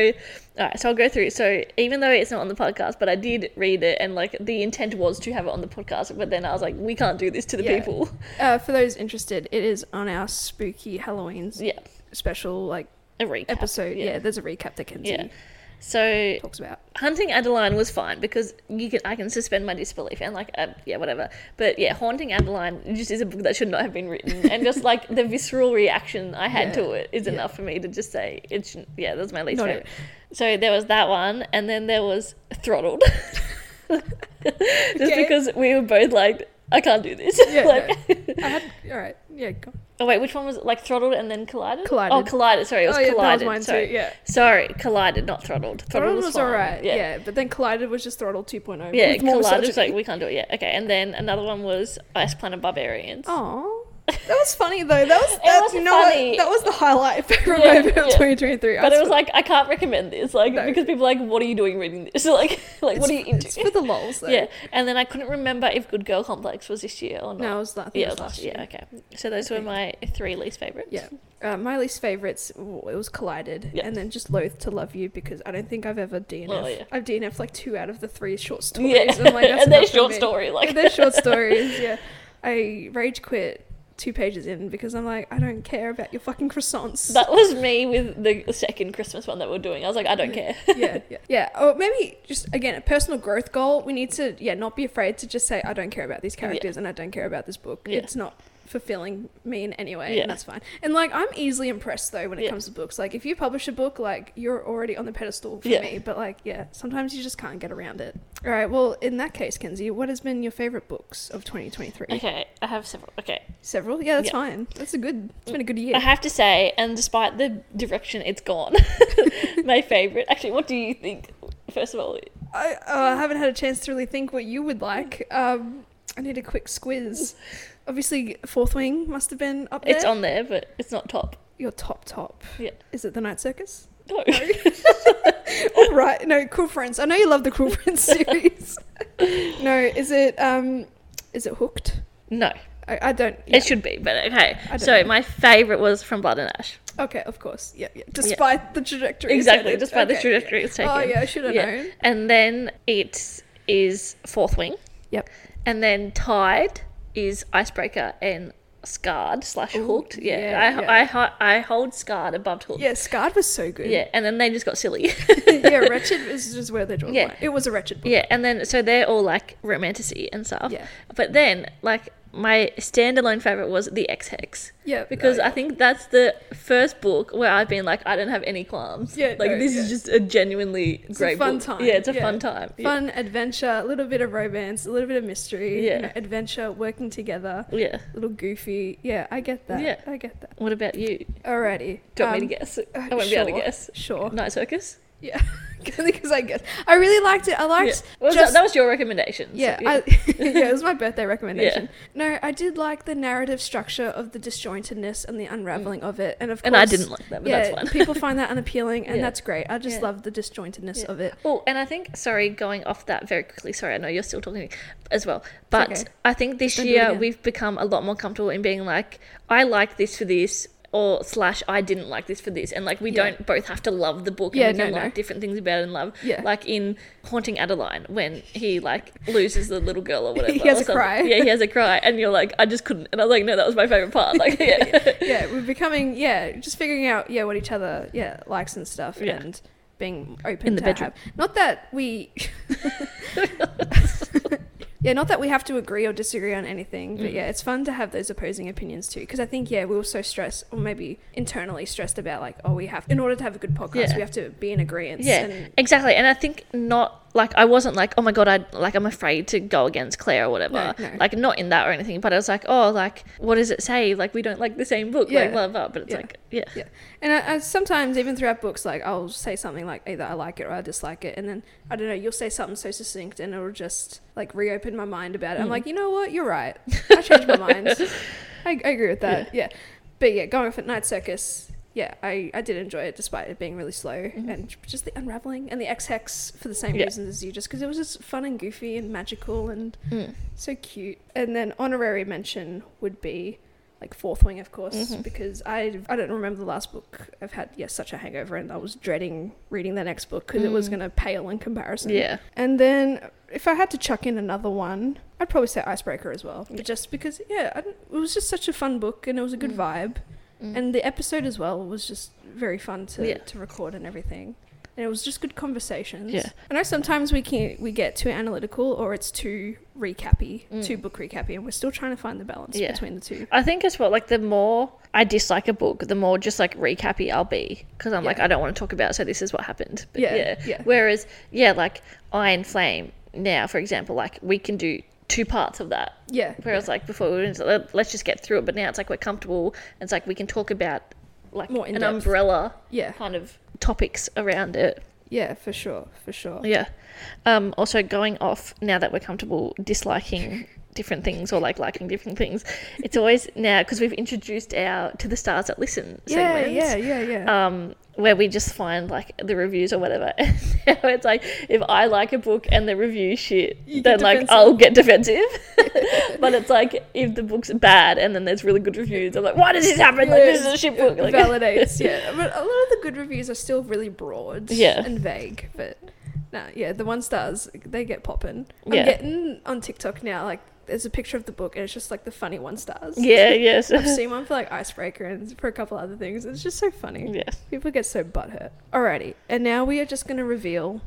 Speaker 1: All right, so I'll go through. So even though it's not on the podcast, but I did read it, and like the intent was to have it on the podcast, but then I was like, we can't do this to the
Speaker 2: Yeah.
Speaker 1: people.
Speaker 2: Uh, for those interested, it is on our spooky Halloween s-
Speaker 1: Yeah,
Speaker 2: special like
Speaker 1: a recap
Speaker 2: episode. Yeah. there's a recap that Kenzie
Speaker 1: yeah. So
Speaker 2: talks about.
Speaker 1: Hunting Adeline was fine because you can I can suspend my disbelief and like uh, yeah whatever but yeah Haunting Adeline just is a book that should not have been written and just like the visceral reaction I had
Speaker 2: Yeah.
Speaker 1: to it is
Speaker 2: Yeah.
Speaker 1: enough for me to just say it shouldn't, yeah that was my least
Speaker 2: Not
Speaker 1: favorite so there was that one and then there was Throttled just
Speaker 2: Okay.
Speaker 1: because we were both like I can't do this
Speaker 2: Yeah,
Speaker 1: like
Speaker 2: no. I had all right. Yeah, go.
Speaker 1: oh wait which one was it? like Throttled and then Collided oh
Speaker 2: Collided.
Speaker 1: Collided sorry it was
Speaker 2: oh yeah, that
Speaker 1: Collided
Speaker 2: was mine
Speaker 1: sorry
Speaker 2: too. Yeah.
Speaker 1: sorry Collided not Throttled Throttled,
Speaker 2: Throttle
Speaker 1: was,
Speaker 2: was,
Speaker 1: fine.
Speaker 2: all right, yeah.
Speaker 1: yeah
Speaker 2: but then Collided was just Throttle 2.0.
Speaker 1: Yeah,
Speaker 2: with more
Speaker 1: collage. It's
Speaker 2: misogyny.
Speaker 1: like we can't do it yet. Okay, and then another one was Ice Planet Barbarians.
Speaker 2: Oh, that was funny though. That was
Speaker 1: It
Speaker 2: that,
Speaker 1: was
Speaker 2: you know what?
Speaker 1: funny.
Speaker 2: That was the highlight favorite
Speaker 1: Yeah,
Speaker 2: moment of
Speaker 1: yeah.
Speaker 2: 2023.
Speaker 1: but it was like I can't recommend this, like
Speaker 2: No.
Speaker 1: because people are like, what are you doing reading this? Like, like what are you
Speaker 2: It's
Speaker 1: into?
Speaker 2: for the lols though.
Speaker 1: Yeah, and then I couldn't remember if Good Girl Complex was this year or not.
Speaker 2: No, it was, la- I think
Speaker 1: yeah,
Speaker 2: it
Speaker 1: it
Speaker 2: was
Speaker 1: was-
Speaker 2: last year.
Speaker 1: yeah, okay. So those were
Speaker 2: think.
Speaker 1: my three least favorites.
Speaker 2: Yeah. Uh, my least favorites, w- it was Collided,
Speaker 1: Yeah.
Speaker 2: and then just Loath to Love You because I don't think I've ever DNF.
Speaker 1: yeah.
Speaker 2: I've DNF'd like two out of the three short stories.
Speaker 1: yeah,
Speaker 2: I'm like, that's
Speaker 1: and they're
Speaker 2: enough for
Speaker 1: short
Speaker 2: me.
Speaker 1: story.
Speaker 2: Yeah,
Speaker 1: Like,
Speaker 2: they're short stories. Yeah, I rage quit two pages in because I'm like, I don't care about your fucking croissants.
Speaker 1: that was me with the second Christmas one that we're doing. I was like, I don't care.
Speaker 2: yeah, yeah, yeah. Or maybe just again a personal growth goal. We need to yeah not be afraid to just say I don't care about these characters and I don't care about this book.
Speaker 1: Yeah.
Speaker 2: It's not fulfilling me in any way,
Speaker 1: Yeah.
Speaker 2: and that's fine. And like I'm easily impressed though when it
Speaker 1: Yeah.
Speaker 2: comes to books. Like if you publish a book, like you're already on the pedestal for
Speaker 1: Yeah.
Speaker 2: me. But like yeah, sometimes you just can't get around it. All right. Well, in that case, Kenzie, what has been your favorite books of 2023?
Speaker 1: Okay, I have several. Okay,
Speaker 2: Several. Yeah, that's
Speaker 1: Yeah.
Speaker 2: fine. That's a good. It's been a good
Speaker 1: I
Speaker 2: year.
Speaker 1: have to say, and despite the direction it's gone, my favorite. Actually, what do you think? First of all,
Speaker 2: I, uh, I haven't had a chance to really think what you would like. Um, I need a quick squiz. Obviously, Fourth Wing must have been up there.
Speaker 1: It's on there, but it's not top.
Speaker 2: your top top.
Speaker 1: Yeah.
Speaker 2: Is it the Night Circus?
Speaker 1: No.
Speaker 2: All right. No, Cool Friends. I know you love the Cool Friends series. no, is it um, is it Hooked?
Speaker 1: no.
Speaker 2: I, I don't. yeah.
Speaker 1: It should be, but okay.
Speaker 2: I don't
Speaker 1: So
Speaker 2: know.
Speaker 1: my favourite was from Blood and Ash.
Speaker 2: Okay, of course. Yeah, yeah. Despite the trajectory. it's
Speaker 1: Exactly,
Speaker 2: headed.
Speaker 1: despite the
Speaker 2: Okay,
Speaker 1: trajectory it's
Speaker 2: yeah.
Speaker 1: taken.
Speaker 2: Oh yeah, I should have
Speaker 1: Yeah.
Speaker 2: known.
Speaker 1: And then it is Fourth Wing.
Speaker 2: Yep.
Speaker 1: And then tied is Icebreaker and Scarred slash
Speaker 2: Ooh,
Speaker 1: Hooked. Yeah,
Speaker 2: yeah,
Speaker 1: I,
Speaker 2: yeah.
Speaker 1: I ho- I hold Scarred above Hooked.
Speaker 2: Yeah, Scarred was so good.
Speaker 1: Yeah, and then they just got silly.
Speaker 2: yeah, Wretched is just where they draw.
Speaker 1: Yeah.
Speaker 2: Yeah. It was a wretched book.
Speaker 1: yeah, and then so they're all like romanticy and stuff.
Speaker 2: Yeah.
Speaker 1: But then like my standalone favorite was The X Hex.
Speaker 2: Yeah,
Speaker 1: Because
Speaker 2: oh,
Speaker 1: I think that's the first book where I've been like, I don't have any qualms.
Speaker 2: Yeah,
Speaker 1: like
Speaker 2: no,
Speaker 1: this is
Speaker 2: yeah.
Speaker 1: just a genuinely
Speaker 2: It's
Speaker 1: great
Speaker 2: a fun
Speaker 1: book.
Speaker 2: time.
Speaker 1: Yeah, it's a fun time. Yeah.
Speaker 2: Fun adventure, a little bit of romance, a little bit of mystery. you
Speaker 1: Yeah.
Speaker 2: know, adventure, working together,
Speaker 1: Yeah.
Speaker 2: a little goofy. Yeah, I get that.
Speaker 1: Yeah.
Speaker 2: I get that.
Speaker 1: What about you?
Speaker 2: Alrighty.
Speaker 1: Do you want me
Speaker 2: um,
Speaker 1: to guess?
Speaker 2: uh,
Speaker 1: I won't be able to
Speaker 2: sure,
Speaker 1: guess.
Speaker 2: Sure.
Speaker 1: Night Circus.
Speaker 2: Yeah. because I guess I really liked it. I
Speaker 1: Yeah.
Speaker 2: liked
Speaker 1: Well, that,
Speaker 2: just
Speaker 1: that was your recommendation. so,
Speaker 2: Yeah, I, yeah, it was my birthday recommendation.
Speaker 1: Yeah.
Speaker 2: No, I did like the narrative structure of the disjointedness and the unraveling of it, and of
Speaker 1: Mm. and I
Speaker 2: course-
Speaker 1: didn't like that, but
Speaker 2: yeah,
Speaker 1: that's fine.
Speaker 2: people find that unappealing, and
Speaker 1: Yeah.
Speaker 2: that's great. I just
Speaker 1: Yeah.
Speaker 2: love the disjointedness
Speaker 1: Yeah.
Speaker 2: of it.
Speaker 1: Oh, and I think sorry, going off that very quickly. Sorry, I know you're still talking as well, but
Speaker 2: okay.
Speaker 1: I think this
Speaker 2: Don't do it
Speaker 1: year
Speaker 2: again.
Speaker 1: we've become a lot more comfortable in being like, I like this for this, or slash, I didn't like this for this, and like we
Speaker 2: Yeah.
Speaker 1: don't both have to love the book.
Speaker 2: Yeah,
Speaker 1: and we can
Speaker 2: no, no.
Speaker 1: like different things about it and love.
Speaker 2: Yeah.
Speaker 1: like in Haunting Adeline when he like loses the little girl or whatever.
Speaker 2: He has
Speaker 1: or
Speaker 2: a cry.
Speaker 1: Yeah, he has a cry, and you're like, I just couldn't, and I was like, no, that was my favorite part. Like, yeah,
Speaker 2: Yeah, we're becoming yeah, just figuring out yeah what each other yeah likes and stuff,
Speaker 1: Yeah.
Speaker 2: and being open
Speaker 1: In the
Speaker 2: to
Speaker 1: bedroom.
Speaker 2: have- Not that we. Yeah, not that we have to agree or disagree on anything,
Speaker 1: Mm.
Speaker 2: but yeah, it's fun to have those opposing opinions too. Because I think, yeah, we were so stressed, or maybe internally stressed about like, oh, we have, in order to have a good podcast,
Speaker 1: Yeah.
Speaker 2: we have to be in agreement.
Speaker 1: Yeah,
Speaker 2: And,
Speaker 1: exactly. And I think not like I wasn't like, oh my god, I like I'm afraid to go against Claire or whatever.
Speaker 2: No, no.
Speaker 1: Like not in that or anything, but I was like, oh, like what does it say? Like we don't like the same book,
Speaker 2: Yeah.
Speaker 1: like blah blah. But it's
Speaker 2: Yeah.
Speaker 1: like, yeah,
Speaker 2: yeah. And I, I sometimes, even throughout books, like, I'll say something like, either I like it or I dislike it. And then, I don't know, you'll say something so succinct and it'll just like reopen my mind about it.
Speaker 1: Mm.
Speaker 2: I'm like, you know what? You're right. I changed my mind. I, I agree with that. Yeah. But yeah, going off at Night Circus, yeah, I, I did enjoy it despite it being really slow and just the unraveling and the X Hex for the same
Speaker 1: Mm-hmm. Yeah.
Speaker 2: reasons as you, just because it was just fun and goofy and magical and
Speaker 1: Mm.
Speaker 2: so cute. And then honorary mention would be like Fourth Wing, of course,
Speaker 1: Mm-hmm.
Speaker 2: because I I don't remember the last book I've had. Yes, such a hangover, and I was dreading reading the next book because it was
Speaker 1: Mm.
Speaker 2: going to pale in comparison.
Speaker 1: yeah.
Speaker 2: And then if I had to chuck in another one, I'd probably say Icebreaker as well. But just because, yeah, I, don't- it was just such a fun book and it was a good vibe.
Speaker 1: Mm.
Speaker 2: And the episode as well was just very fun to,
Speaker 1: Yeah.
Speaker 2: to record and everything. And it was just good conversations.
Speaker 1: Yeah.
Speaker 2: I know sometimes we can we get too analytical or it's too recappy,
Speaker 1: Mm.
Speaker 2: too book recappy, and we're still trying to find the balance
Speaker 1: Yeah.
Speaker 2: between the two.
Speaker 1: I think as well, like the more I dislike a book, the more just like recappy I'll be because I'm like
Speaker 2: Yeah.
Speaker 1: I don't want to talk about. it, So this is what happened. But
Speaker 2: Yeah,
Speaker 1: yeah,
Speaker 2: yeah.
Speaker 1: Whereas yeah, like Iron Flame now, for example, like we can do two parts of that.
Speaker 2: Yeah.
Speaker 1: Whereas like before, we were just, "Let- let's just get through it. But now it's like we're comfortable. and It's like we can talk about like
Speaker 2: More in
Speaker 1: an
Speaker 2: depth.
Speaker 1: umbrella
Speaker 2: Yeah.
Speaker 1: kind of topics around it.
Speaker 2: Yeah, for sure. For sure.
Speaker 1: Yeah. Um, also going off now that we're comfortable disliking different things or like liking different things. It's always now because we've introduced our to the stars that listen
Speaker 2: Yeah,
Speaker 1: segments
Speaker 2: yeah, yeah, yeah.
Speaker 1: um, where we just find like the reviews or whatever. And now it's like if I like a book and the review shit,
Speaker 2: You
Speaker 1: then
Speaker 2: get
Speaker 1: like
Speaker 2: defensive.
Speaker 1: I'll get defensive. but it's like if the book's bad and then there's really good reviews, I'm like, why does this happen? Like this is a shit book. Like,
Speaker 2: validates, yeah. But a lot of the good reviews are still really broad
Speaker 1: Yeah.
Speaker 2: and vague. But nah, yeah, the one stars they get popping. I'm
Speaker 1: Yeah.
Speaker 2: getting on TikTok now. Like, there's a picture of the book, and it's just like the funny one stars.
Speaker 1: yeah, yes,
Speaker 2: I've seen one for like Icebreaker and for a couple other things. It's just so funny.
Speaker 1: yes.
Speaker 2: People get so butthurt. Alrighty, and now we are just going to reveal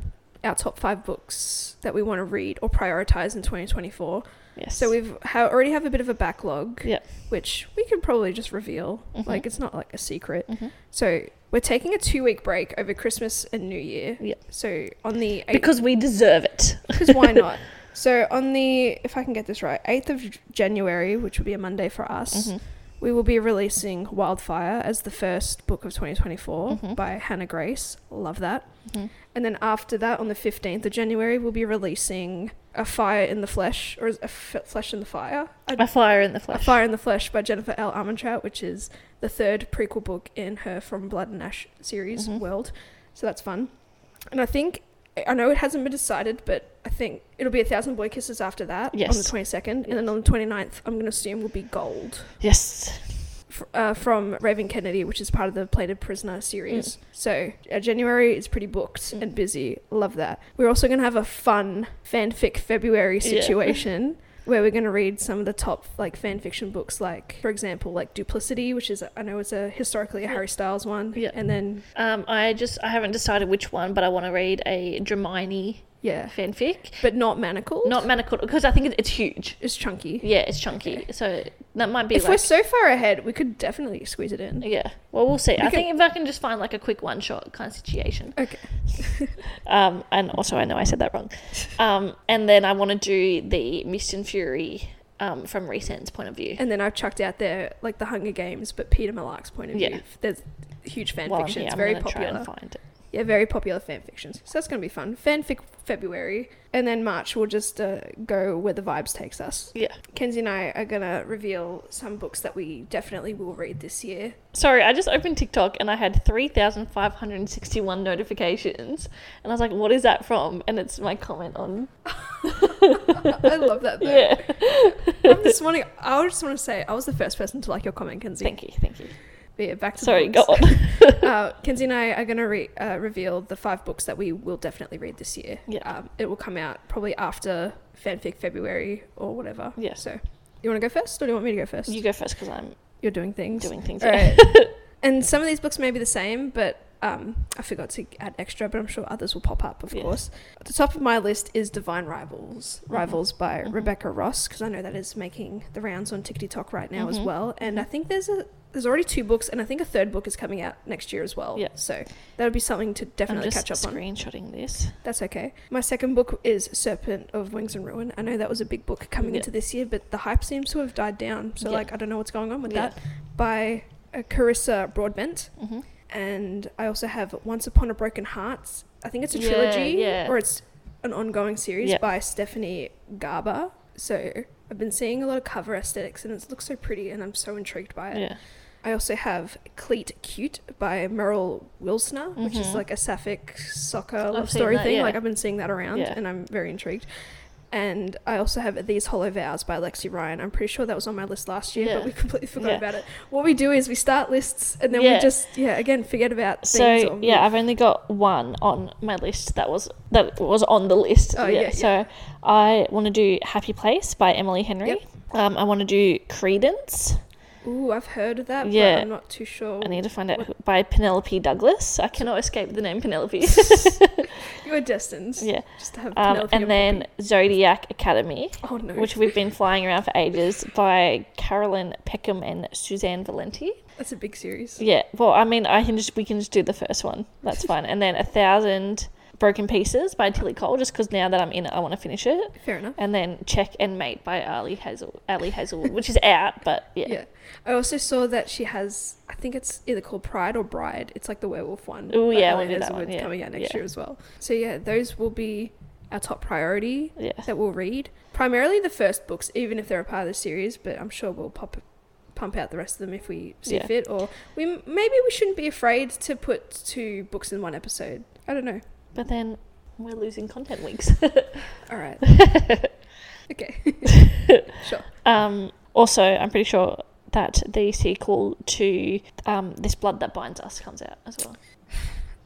Speaker 2: our top five books that we want to read or prioritize in 2024.
Speaker 1: Yes.
Speaker 2: So we've ha- already have a bit of a backlog,
Speaker 1: Yep.
Speaker 2: which we can probably just reveal.
Speaker 1: Mhm.
Speaker 2: Like it's not like a secret.
Speaker 1: Mhm.
Speaker 2: So we're taking a two week break over Christmas and New Year.
Speaker 1: Yep.
Speaker 2: So on the eighth,
Speaker 1: because we deserve it.
Speaker 2: because why not? So on the if I can get this right, eighth of January, which would be a Monday for us,
Speaker 1: Mhm.
Speaker 2: we will be releasing Wildfire as the first book of 2024
Speaker 1: Mm-hmm.
Speaker 2: by Hannah Grace. Love that. And then after that, on the 15th of January, we'll be releasing A Fire in the Flesh, or is it A F- Flesh in the Fire? A
Speaker 1: A fire in the
Speaker 2: a
Speaker 1: flesh.
Speaker 2: Fire in the Flesh by Jennifer L. Armentrout, which is the third prequel book in her From Blood and Ash series
Speaker 1: Mm-hmm.
Speaker 2: world. So that's fun. And I think, I know it hasn't been decided, but I think it'll be A Thousand Boy Kisses after that on the
Speaker 1: Yes.
Speaker 2: 22nd. And then on the 29th, I'm going to assume will be Gold
Speaker 1: Yes.
Speaker 2: f- uh, from Raven Kennedy, which is part of the Plated Prisoner
Speaker 1: Mm.
Speaker 2: series. So uh, January is pretty booked and busy. Love that. We're also going to have a fun fanfic February
Speaker 1: Yeah.
Speaker 2: situation. Where we're going to read some of the top like fan fiction books, like for example, like Duplicity, which is I know it's a historically a Harry Styles one,
Speaker 1: Yeah.
Speaker 2: and then
Speaker 1: Um, I just I haven't decided which one, but I want to read a Dramini
Speaker 2: yeah,
Speaker 1: fanfic.
Speaker 2: but not Manacled.
Speaker 1: Not Manacled because I think it- it's huge.
Speaker 2: it's chunky.
Speaker 1: Yeah, it's chunky, so that might be
Speaker 2: If we're
Speaker 1: like
Speaker 2: so far ahead, we could definitely squeeze it in.
Speaker 1: yeah. Well, we'll see. I
Speaker 2: can-
Speaker 1: think if I can just find like a quick one shot kind of situation.
Speaker 2: Okay.
Speaker 1: Um, and also I know I said that wrong. Um, and then I want to do the Mist and Fury um, from Resend's point of view.
Speaker 2: And then I've chucked out there like the Hunger Games, but Peter Malark's point of
Speaker 1: Yeah.
Speaker 2: view. There's huge fan
Speaker 1: While I'm
Speaker 2: fiction.
Speaker 1: here,
Speaker 2: It's
Speaker 1: I'm
Speaker 2: very
Speaker 1: gonna Try
Speaker 2: popular.
Speaker 1: and find it.
Speaker 2: Yeah, very popular fan fictions. So that's gonna be fun. Fanfic February, and then March we'll just uh, go where the vibes takes us.
Speaker 1: Yeah.
Speaker 2: Kenzie and I are gonna reveal some books that we definitely will read this year.
Speaker 1: Sorry, I just opened TikTok and I had 3,561 notifications. And I was like, what is that from? And it's my comment on.
Speaker 2: I love that. Though.
Speaker 1: Yeah.
Speaker 2: From this morning, I just want to say I was the first person to like your comment, Kenzie.
Speaker 1: Thank you, thank you.
Speaker 2: But yeah, back to
Speaker 1: Sorry,
Speaker 2: the
Speaker 1: go
Speaker 2: books.
Speaker 1: on.
Speaker 2: uh, Kenzie and I are going to re- uh, reveal the five books that we will definitely read this year.
Speaker 1: Yeah.
Speaker 2: Um, it will come out probably after Fanfic February or whatever.
Speaker 1: Yeah.
Speaker 2: So, you want to go first or do you want me to go first?
Speaker 1: You go first because I'm
Speaker 2: You're doing things.
Speaker 1: doing things.
Speaker 2: All
Speaker 1: yeah.
Speaker 2: right. and some of these books may be the same, but um, I forgot to add extra, but I'm sure others will pop up, of
Speaker 1: Yeah. Mm-hmm.
Speaker 2: course. At the top of my list is Divine Rivals, Rivals by Rebecca Ross, because I know that is making the rounds on TikTok right now
Speaker 1: Mm-hmm.
Speaker 2: as well. And I think there's a there's already two books, and I think a third book is coming out next year as well.
Speaker 1: Yeah.
Speaker 2: So that would be something to
Speaker 1: I'm
Speaker 2: definitely
Speaker 1: just
Speaker 2: catch up on.
Speaker 1: screenshotting this.
Speaker 2: That's okay. My second book is Serpent of Wings and Ruin. I know that was a big book coming
Speaker 1: Yeah.
Speaker 2: into this year, but the hype seems to have died down. So,
Speaker 1: Yeah.
Speaker 2: like, I don't know what's going on with
Speaker 1: Yeah.
Speaker 2: that. By uh, Carissa Broadbent.
Speaker 1: Mhm.
Speaker 2: And I also have Once Upon a Broken Heart. I think it's a
Speaker 1: Yeah,
Speaker 2: trilogy,
Speaker 1: yeah.
Speaker 2: or it's an ongoing series
Speaker 1: Yeah.
Speaker 2: by Stephanie Garber. So, I've been seeing a lot of cover aesthetics, and it looks so pretty, and I'm so intrigued by it.
Speaker 1: Yeah.
Speaker 2: I also have Cleat Cute by Merrill Wilsner, which is
Speaker 1: Mhm.
Speaker 2: like a sapphic soccer
Speaker 1: I've
Speaker 2: love
Speaker 1: seen
Speaker 2: story
Speaker 1: that,
Speaker 2: thing.
Speaker 1: yeah.
Speaker 2: Like I've been seeing that around
Speaker 1: Yeah.
Speaker 2: and I'm very intrigued. And I also have These Hollow Vows by Lexi Ryan. I'm pretty sure that was on my list last year, but
Speaker 1: Yeah.
Speaker 2: we completely forgot
Speaker 1: Yeah.
Speaker 2: about it. What we do is we start lists and then we
Speaker 1: Yeah.
Speaker 2: just, yeah, again, forget about things.
Speaker 1: So
Speaker 2: or-
Speaker 1: yeah, I've only got one on my list that was that was on the list.
Speaker 2: Oh, yeah,
Speaker 1: So I want to do Happy Place by Emily Henry.
Speaker 2: Yep.
Speaker 1: Um, I want to do Credence.
Speaker 2: Ooh, I've heard of that,
Speaker 1: Yeah.
Speaker 2: but I'm not too sure.
Speaker 1: I need to find out who, by Penelope Douglas. I cannot escape the name Penelope.
Speaker 2: You are destined.
Speaker 1: yeah.
Speaker 2: Just to have
Speaker 1: Um,
Speaker 2: Penelope
Speaker 1: and
Speaker 2: on
Speaker 1: then Zodiac Academy,
Speaker 2: Oh, no.
Speaker 1: which we've been flying around for ages, by Carolyn Peckham and Suzanne Valenti.
Speaker 2: That's a big series.
Speaker 1: Yeah, well, I mean, I can just we can just do the first one. That's fine. And then a thousand broken pieces by Tilly Cole, just because now that I'm in it, I want to finish it.
Speaker 2: Fair enough.
Speaker 1: And then check and mate by Ali Hazel, Ali Hazelwood, which is out, but yeah,
Speaker 2: Yeah. I also saw that she has, I think it's either called Pride or Bride. It's like the werewolf one.
Speaker 1: Ooh,
Speaker 2: by
Speaker 1: yeah, we'll
Speaker 2: Ellen
Speaker 1: do that
Speaker 2: Hazelwood
Speaker 1: one, yeah.
Speaker 2: Coming out next
Speaker 1: Yeah.
Speaker 2: year as well. So, yeah, those will be our top priority
Speaker 1: yeah,
Speaker 2: that we'll read. Primarily the first books, even if they're a part of the series, but I'm sure we'll pop pump out the rest of them if we see
Speaker 1: Yeah.
Speaker 2: fit or we maybe we shouldn't be afraid to put two books in one episode i don't know
Speaker 1: But then we're losing content weeks.
Speaker 2: all right okay sure
Speaker 1: um, also, I'm pretty sure that the sequel to um, this blood that binds us comes out as well.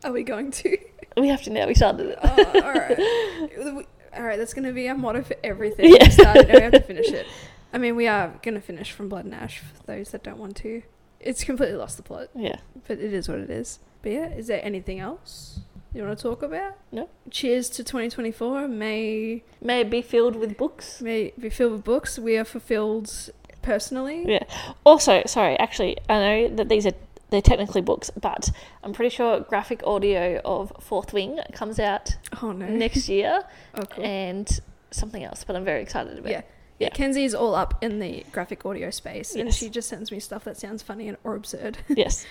Speaker 2: are we going to
Speaker 1: We have to now. We started it.
Speaker 2: oh, all right. All right, that's going to be our motto for everything. We started and we have to finish it. I mean, we are going to finish from Blood and Ash for those that don't want to. It's completely lost the plot,
Speaker 1: Yeah.
Speaker 2: but it is what it is. But yeah, is there anything else you want to talk about?
Speaker 1: No.
Speaker 2: Cheers to 2024. May
Speaker 1: May it be filled with books.
Speaker 2: may it be filled with books. We are fulfilled personally.
Speaker 1: Yeah. Also, sorry, actually, I know that these are they're technically books, but I'm pretty sure graphic audio of Fourth Wing comes out
Speaker 2: Oh no.
Speaker 1: next year
Speaker 2: oh, cool.
Speaker 1: and something else, but I'm very excited about.
Speaker 2: Yeah.
Speaker 1: it. Yeah.
Speaker 2: Kenzie is all up in the graphic audio space, and
Speaker 1: Yes.
Speaker 2: she just sends me stuff that sounds funny and or absurd.
Speaker 1: Yes.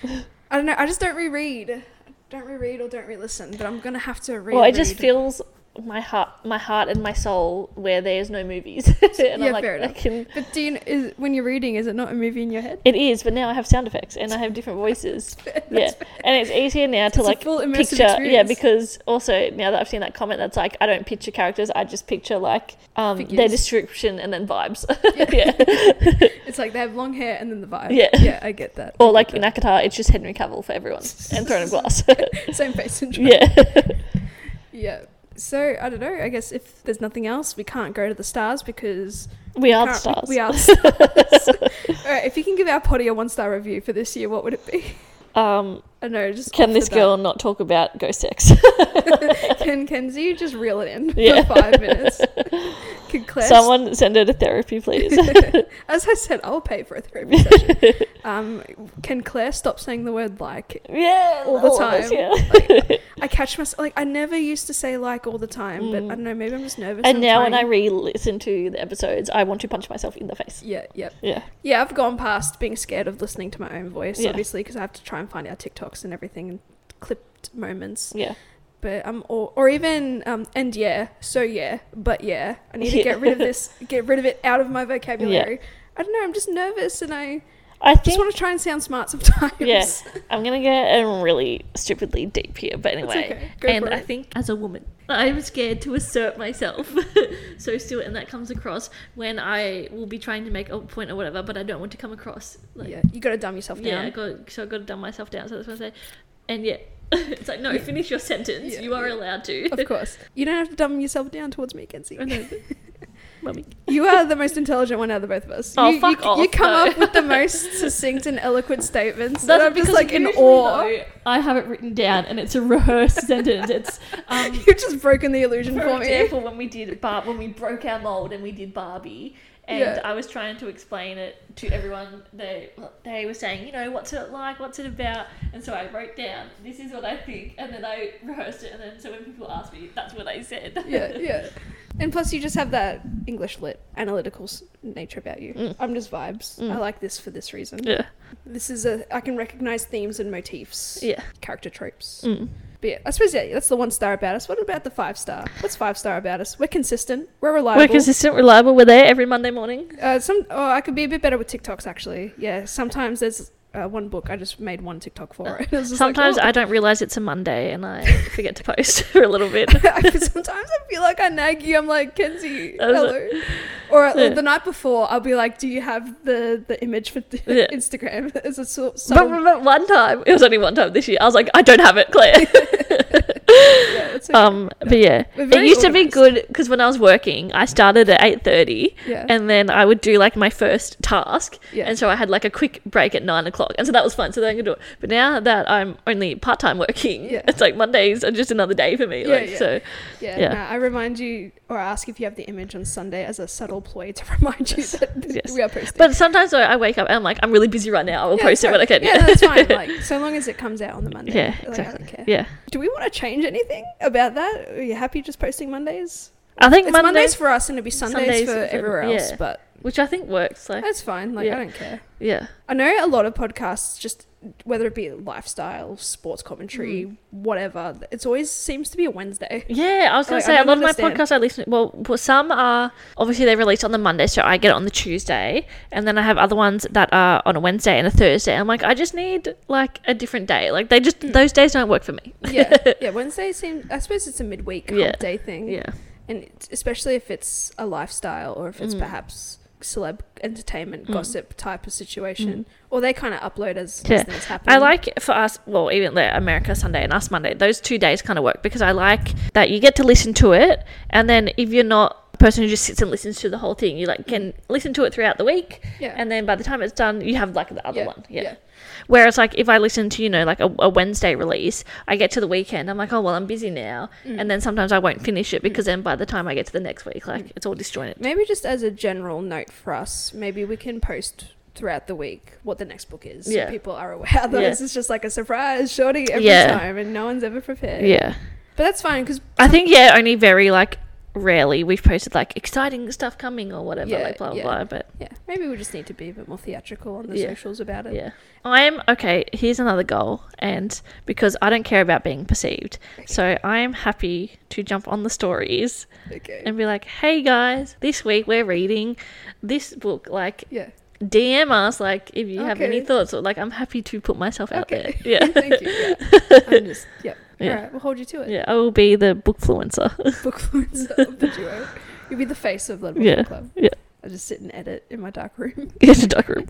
Speaker 2: I don't know. I just don't reread. I Don't reread or don't re-listen. But I'm gonna have to read.
Speaker 1: Well, it just fills my heart, my heart and my soul where there's no movies. and
Speaker 2: Yeah,
Speaker 1: I'm like,
Speaker 2: fair
Speaker 1: I
Speaker 2: enough.
Speaker 1: can.
Speaker 2: But do you kn- is, when you're reading, is it not a movie in your head?
Speaker 1: It is, but now I have sound effects and I have different voices. yeah, and it's easier now to
Speaker 2: It's a
Speaker 1: like
Speaker 2: full immersive
Speaker 1: picture. Yeah,
Speaker 2: experience.
Speaker 1: because also now that I've seen that comment, that's like I don't picture characters. I just picture like um, their
Speaker 2: Figures.
Speaker 1: description and then vibes.
Speaker 2: Yeah.
Speaker 1: yeah.
Speaker 2: It's like they have long hair and then the vibe.
Speaker 1: Yeah.
Speaker 2: Yeah, I get that. I
Speaker 1: or
Speaker 2: get
Speaker 1: like
Speaker 2: that.
Speaker 1: in Akatar, it's just Henry Cavill for everyone and Throne of Glass.
Speaker 2: Same face syndrome.
Speaker 1: yeah.
Speaker 2: Yeah. So I don't know. I guess if there's nothing else, we can't go to the stars because
Speaker 1: We are the
Speaker 2: can't-
Speaker 1: stars.
Speaker 2: We are the stars. All right. If you can give our potty a one-star review for this year, what would it be?
Speaker 1: Um,
Speaker 2: I don't know. Just
Speaker 1: can
Speaker 2: off
Speaker 1: this
Speaker 2: the
Speaker 1: girl
Speaker 2: bat.
Speaker 1: not talk about ghost sex?
Speaker 2: Can Kenzie just reel it in
Speaker 1: Yeah.
Speaker 2: for five minutes? Can Claire?
Speaker 1: Someone send her to therapy, please.
Speaker 2: As I said, I'll pay for a therapy session. Um, can Claire stop saying the word like?
Speaker 1: yeah,
Speaker 2: All the
Speaker 1: of us,
Speaker 2: time.
Speaker 1: yeah.
Speaker 2: Like, I catch myself like I never used to say like all the time, but I don't know. Maybe I'm just nervous.
Speaker 1: Mm. And now when I
Speaker 2: trying-
Speaker 1: re-listen to the episodes, I want to punch myself in the face.
Speaker 2: yeah, yeah,
Speaker 1: Yeah,
Speaker 2: yeah, I've gone past being scared of listening to my own voice, obviously,
Speaker 1: Yeah.
Speaker 2: 'cause obviously, because I have to try and find our TikToks and everything and clipped moments.
Speaker 1: yeah.
Speaker 2: But I'm or, or even um and yeah, so yeah, but yeah, I need to
Speaker 1: Yeah.
Speaker 2: get rid of this, get rid of it out of my vocabulary. I don't know. I'm just nervous, and I
Speaker 1: I
Speaker 2: just
Speaker 1: think
Speaker 2: want to try and sound smart sometimes.
Speaker 1: yeah. I'm gonna get um, really stupidly deep here, but anyway.
Speaker 2: okay. Go
Speaker 1: and
Speaker 2: for
Speaker 1: I
Speaker 2: it.
Speaker 1: think as a woman, I'm scared to assert myself. so still, and that comes across when I will be trying to make a point or whatever, but I don't want to come across like
Speaker 2: yeah, you got to dumb yourself
Speaker 1: Yeah, I
Speaker 2: down.
Speaker 1: got so I got to dumb myself down. So that's what I say. And yeah, it's like no, finish your sentence.
Speaker 2: Yeah,
Speaker 1: you are
Speaker 2: yeah.
Speaker 1: allowed to.
Speaker 2: of course, you don't have to dumb yourself down towards me, Kenzie.
Speaker 1: I know, but- Mummy.
Speaker 2: You are the most intelligent one out of the both of us.
Speaker 1: Oh,
Speaker 2: you,
Speaker 1: fuck
Speaker 2: you, You
Speaker 1: off,
Speaker 2: come
Speaker 1: no.
Speaker 2: up with the most succinct and eloquent statements. that
Speaker 1: That's
Speaker 2: I'm
Speaker 1: because
Speaker 2: just like in
Speaker 1: usually,
Speaker 2: awe.
Speaker 1: though, I have it written down, and it's a rehearsed sentence. It's um,
Speaker 2: You've just broken the illusion
Speaker 1: for
Speaker 2: for me.
Speaker 1: example, when we did Bar, when we broke our mold and we did Barbie, and
Speaker 2: Yeah.
Speaker 1: I was trying to explain it to everyone. They they were saying, you know, what's it like? What's it about? And so I wrote down, this is what I think, and then I rehearsed it. And then so when people asked me, that's what I said.
Speaker 2: Yeah, yeah. And plus, you just have that English lit analytical s- nature about you. I'm just vibes. I like this for this reason.
Speaker 1: Mm. yeah,
Speaker 2: This is a I can recognize themes and motifs.
Speaker 1: yeah.
Speaker 2: Character tropes.
Speaker 1: Mm.
Speaker 2: But yeah, I suppose yeah, that's the one star about us. What about the five star? What's five star about us? We're consistent. We're reliable.
Speaker 1: We're consistent, reliable. We're there every Monday morning.
Speaker 2: Uh, some oh, I could be a bit better with TikToks actually. Yeah, sometimes there's uh, one book I just made one TikTok for it. It's just like,
Speaker 1: Sometimes
Speaker 2: oh.
Speaker 1: I don't realize it's a Monday and I forget to post for a little bit.
Speaker 2: I feel- sometimes I feel like I nag you. I'm like Kenzie,
Speaker 1: I was
Speaker 2: hello. or uh,
Speaker 1: Yeah.
Speaker 2: the night before, I'll be like, "Do you have the the image for the
Speaker 1: Yeah.
Speaker 2: Instagram?" It's a so,
Speaker 1: But,
Speaker 2: so
Speaker 1: but one time, it was only one time this year. I was like, I don't have it, Claire.
Speaker 2: yeah, it's okay.
Speaker 1: um, but yeah,
Speaker 2: We're
Speaker 1: it
Speaker 2: very
Speaker 1: used to be
Speaker 2: organised.
Speaker 1: good because when I was working, I started at eight thirty,
Speaker 2: Yeah.
Speaker 1: and then I would do like my first task,
Speaker 2: Yeah.
Speaker 1: and so I had like a quick break at nine o'clock, and so that was fun. So then I could do it. But now that I'm only part time working,
Speaker 2: Yeah.
Speaker 1: it's like Mondays are just another day for me.
Speaker 2: Yeah,
Speaker 1: like
Speaker 2: yeah.
Speaker 1: so,
Speaker 2: yeah.
Speaker 1: yeah.
Speaker 2: nah, I remind you or ask if you have the image on Sunday as a subtle ploy to remind you that
Speaker 1: yes.
Speaker 2: we are posting.
Speaker 1: but sometimes though, I wake up and I'm like, I'm really busy right now. I will
Speaker 2: Yeah,
Speaker 1: post it when I
Speaker 2: that's
Speaker 1: can.
Speaker 2: fine. Yeah, that's fine. Like so long as it comes out on the Monday.
Speaker 1: Yeah,
Speaker 2: Like, I
Speaker 1: exactly.
Speaker 2: don't care.
Speaker 1: yeah.
Speaker 2: Do we want to change anything about that? Are you happy just posting Mondays?
Speaker 1: I think
Speaker 2: It's
Speaker 1: Mondays,
Speaker 2: Mondays, for us and it'd be Sundays,
Speaker 1: Sundays
Speaker 2: for
Speaker 1: for-
Speaker 2: everywhere else,
Speaker 1: yeah.
Speaker 2: but
Speaker 1: which I think works. Like,
Speaker 2: that's fine. Like
Speaker 1: Yeah.
Speaker 2: I don't care.
Speaker 1: yeah,
Speaker 2: I know a lot of podcasts just whether it be lifestyle, sports commentary,
Speaker 1: Hmm.
Speaker 2: whatever, it's always seems to be a Wednesday.
Speaker 1: yeah. I was gonna
Speaker 2: Like, I
Speaker 1: say a
Speaker 2: don't
Speaker 1: lot of my
Speaker 2: understand.
Speaker 1: podcasts I listen. Well, well, some are obviously they release on the Monday, so I get it on the Tuesday, and then I have other ones that are on a Wednesday and a Thursday. I'm like, I just need like a different day. Like they
Speaker 2: Mm.
Speaker 1: just those days don't work for me.
Speaker 2: yeah. Yeah, Wednesday seems I suppose it's a midweek hump
Speaker 1: Yeah.
Speaker 2: day thing.
Speaker 1: yeah,
Speaker 2: And it's- especially if it's a lifestyle or if
Speaker 1: Hmm.
Speaker 2: it's perhaps celeb entertainment gossip type of situation or they kind of upload as,
Speaker 1: Hmm. Yeah.
Speaker 2: as things happen.
Speaker 1: I like for us. Well, even the America Sunday and us Monday. Those two days kind of work because I like that you get to listen to it, and then if you're not a person who just sits and listens to the whole thing, you like can listen to it throughout the week,
Speaker 2: Mm. Yeah.
Speaker 1: and then by the time it's done, you have like the other
Speaker 2: Yeah,
Speaker 1: one. Yeah.
Speaker 2: yeah.
Speaker 1: Whereas like if I listen to you know like a, a Wednesday release, I get to the weekend, I'm like, oh well, I'm busy now,
Speaker 2: Mm.
Speaker 1: and then sometimes I won't finish it because then by the time I get to the next week, like it's all disjointed.
Speaker 2: Maybe just as a general note for us, maybe we can post throughout the week what the next book is.
Speaker 1: Yeah.
Speaker 2: So people are aware. Otherwise,
Speaker 1: Yeah.
Speaker 2: it's just like a surprise, shorty every
Speaker 1: Yeah.
Speaker 2: time, and no one's ever prepared.
Speaker 1: Yeah.
Speaker 2: But that's fine because
Speaker 1: I think yeah, only very like rarely we've posted like exciting stuff coming or whatever,
Speaker 2: Yeah,
Speaker 1: like blah blah
Speaker 2: yeah.
Speaker 1: blah. But
Speaker 2: Yeah, maybe we just need to be a bit more theatrical on the
Speaker 1: Yeah.
Speaker 2: socials about it.
Speaker 1: yeah, I'm okay. Here's another goal, and because I don't care about being perceived, so I am happy to jump on the stories
Speaker 2: Okay.
Speaker 1: and be like, "Hey guys, this week we're reading this book." Like
Speaker 2: yeah.
Speaker 1: DM us, like if you have any
Speaker 2: Okay.
Speaker 1: thoughts, or like I'm happy to put myself out
Speaker 2: Okay.
Speaker 1: there. Yeah,
Speaker 2: Thank you. Yeah. I'm just, yep.
Speaker 1: Yeah.
Speaker 2: All right, we'll hold you to it.
Speaker 1: yeah, I will be the book fluencer.
Speaker 2: Book influencer of the duo. You'll be the face of Leadwell
Speaker 1: Yeah,
Speaker 2: Club.
Speaker 1: yeah.
Speaker 2: I just sit and edit in my dark room.
Speaker 1: Get to dark room.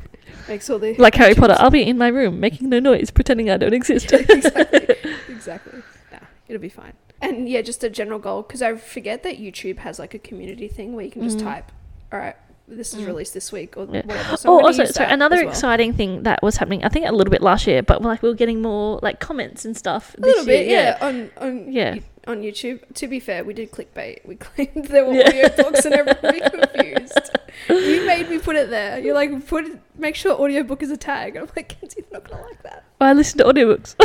Speaker 2: Makes all the
Speaker 1: Like Harry Potter, I'll be in my room making no noise, pretending I don't exist.
Speaker 2: Yeah, exactly. exactly. Nah, it'll be fine. And yeah, just a general goal because I forget that YouTube has like a community thing where you can just
Speaker 1: Mm.
Speaker 2: type, all right, this is
Speaker 1: Mm.
Speaker 2: released this week or
Speaker 1: Yeah.
Speaker 2: whatever. So I'm
Speaker 1: Oh,
Speaker 2: gonna
Speaker 1: also,
Speaker 2: use
Speaker 1: so
Speaker 2: that
Speaker 1: another
Speaker 2: as well.
Speaker 1: exciting thing that was happening, I think a little bit last year, but like we were getting more like comments and stuff.
Speaker 2: A little
Speaker 1: this year,
Speaker 2: bit, yeah. On on
Speaker 1: Yeah.
Speaker 2: on YouTube. To be fair, we did clickbait. We claimed there were
Speaker 1: Yeah.
Speaker 2: audio books and everyone would be confused. you made me put it there. You're like, put it, make sure audiobook is a tag. And I'm like, Kenzie's not gonna like that.
Speaker 1: Oh, I listen to audiobooks.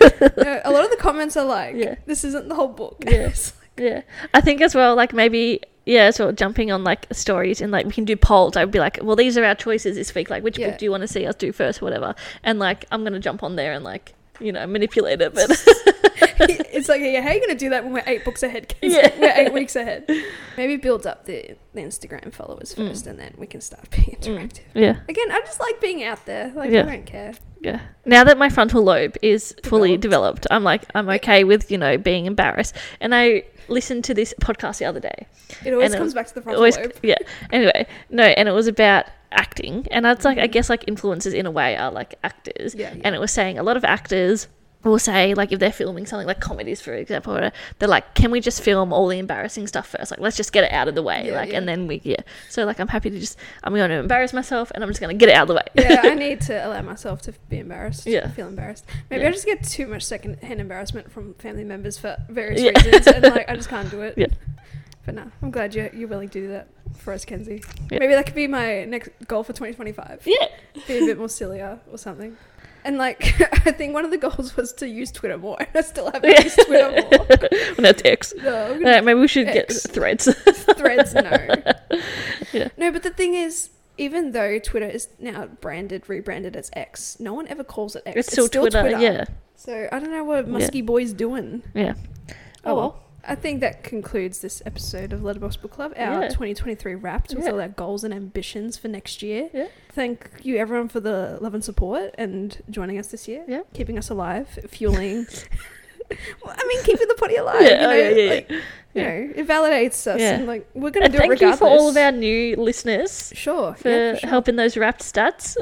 Speaker 2: No, a lot of the comments are like,
Speaker 1: Yeah.
Speaker 2: this isn't the whole book.
Speaker 1: Yes. yeah. I think as well, like maybe, yeah, so jumping on like stories and like we can do polls. I would be like, well, these are our choices this week. Like, which
Speaker 2: Yeah.
Speaker 1: book do you want to see us do first or whatever? And like, I'm going to jump on there and like, you know, manipulate it. But
Speaker 2: it's like, yeah, how are you gonna do that when we're eight books ahead? Kids?
Speaker 1: Yeah.
Speaker 2: we're eight weeks ahead. Maybe build up the, the Instagram followers
Speaker 1: Mm.
Speaker 2: first, and then we can start being
Speaker 1: Mm.
Speaker 2: interactive.
Speaker 1: yeah,
Speaker 2: Again, I just like being out there. Like
Speaker 1: Yeah.
Speaker 2: I don't care.
Speaker 1: yeah. Now that my frontal lobe is fully
Speaker 2: Developed.
Speaker 1: developed, I'm like, I'm okay with, you know, being embarrassed. And I listened to this podcast the other day.
Speaker 2: It always
Speaker 1: uh, it
Speaker 2: comes
Speaker 1: was-
Speaker 2: back to the front
Speaker 1: always
Speaker 2: lobe.
Speaker 1: yeah anyway no and it was about acting and that's like i guess like influencers in a way are like actors
Speaker 2: Mm-hmm. Yeah, yeah.
Speaker 1: and it was saying a lot of actors will say like if they're filming something like comedies for example or- they're like can we just film all the embarrassing stuff first like let's just get it out of the way
Speaker 2: Yeah,
Speaker 1: like
Speaker 2: yeah.
Speaker 1: and then we yeah so like i'm happy to just i'm going to embarrass myself and i'm just going to get it out of the way
Speaker 2: yeah, I need to allow myself to be embarrassed.
Speaker 1: Yeah.
Speaker 2: feel embarrassed. Maybe
Speaker 1: Yeah.
Speaker 2: I just get too much second-hand embarrassment from family members for various
Speaker 1: Yeah.
Speaker 2: reasons, and like I just can't do it.
Speaker 1: Yeah.
Speaker 2: But no, I'm glad you're, you're willing to do that for us, Kenzie.
Speaker 1: Yeah.
Speaker 2: Maybe that could be my next goal for 2025.
Speaker 1: yeah
Speaker 2: Be a bit more sillier or something. And like, I think one of the goals was to use Twitter more, and I still haven't
Speaker 1: Yeah.
Speaker 2: used Twitter more.
Speaker 1: well, that's x
Speaker 2: No, I'm
Speaker 1: Uh,
Speaker 2: gonna
Speaker 1: maybe we should get
Speaker 2: X.
Speaker 1: threads
Speaker 2: threads no.
Speaker 1: Yeah.
Speaker 2: No, but the thing is, even though Twitter is now branded, rebranded as X, no one ever calls it X.
Speaker 1: it's still, twitter, yeah
Speaker 2: So I don't know what Musky Boy's doing.
Speaker 1: yeah
Speaker 2: Oh well. I think that concludes this episode of Letterboxd Book Club, our
Speaker 1: Yeah.
Speaker 2: 2023 wrapped with
Speaker 1: Yeah.
Speaker 2: all our goals and ambitions for next year.
Speaker 1: Yeah.
Speaker 2: Thank you everyone for the love and support and joining us this year.
Speaker 1: Yeah.
Speaker 2: Keeping us alive, fueling. well, I mean, keeping the potty alive.
Speaker 1: Yeah,
Speaker 2: you know,
Speaker 1: oh, yeah, yeah, yeah.
Speaker 2: like, you
Speaker 1: Yeah.
Speaker 2: know, it validates us.
Speaker 1: Yeah.
Speaker 2: And like, we're gonna
Speaker 1: and
Speaker 2: do it
Speaker 1: thank you
Speaker 2: regardless.
Speaker 1: for all of our new listeners
Speaker 2: Sure.
Speaker 1: for,
Speaker 2: yeah, for sure.
Speaker 1: helping those wrapped stats.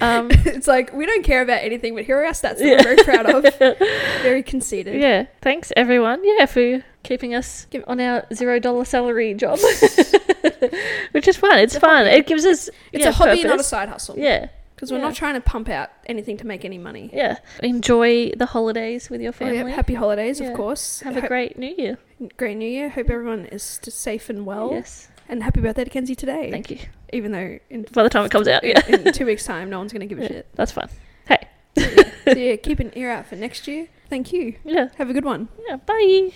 Speaker 1: um,
Speaker 2: it's like we don't care about anything, but here are our stats that
Speaker 1: Yeah.
Speaker 2: we're very proud of. very conceited.
Speaker 1: yeah, thanks everyone. Yeah, for keeping us on our zero dollar salary job, which is fun. It's,
Speaker 2: It's a
Speaker 1: fun.
Speaker 2: hobby.
Speaker 1: It gives us
Speaker 2: It's
Speaker 1: yeah,
Speaker 2: a hobby, not a
Speaker 1: purpose.
Speaker 2: side hustle.
Speaker 1: Yeah,
Speaker 2: Because we're
Speaker 1: Yeah.
Speaker 2: not trying to pump out anything to make any money.
Speaker 1: yeah. Enjoy the holidays with your
Speaker 2: Oh,
Speaker 1: family.
Speaker 2: yeah, happy holidays,
Speaker 1: Yeah.
Speaker 2: of course.
Speaker 1: Have a
Speaker 2: Ho-
Speaker 1: great New Year.
Speaker 2: great New Year. Hope everyone is st- safe and well.
Speaker 1: yes,
Speaker 2: And happy birthday to Kenzie today.
Speaker 1: thank you.
Speaker 2: Even though in,
Speaker 1: By the time it comes out, yeah,
Speaker 2: in, in two weeks' time, no one's going to give a
Speaker 1: Yeah,
Speaker 2: shit.
Speaker 1: that's fun. Hey,
Speaker 2: So yeah, keep an ear out for next year. Thank you.
Speaker 1: yeah,
Speaker 2: Have a good one.
Speaker 1: yeah. Bye.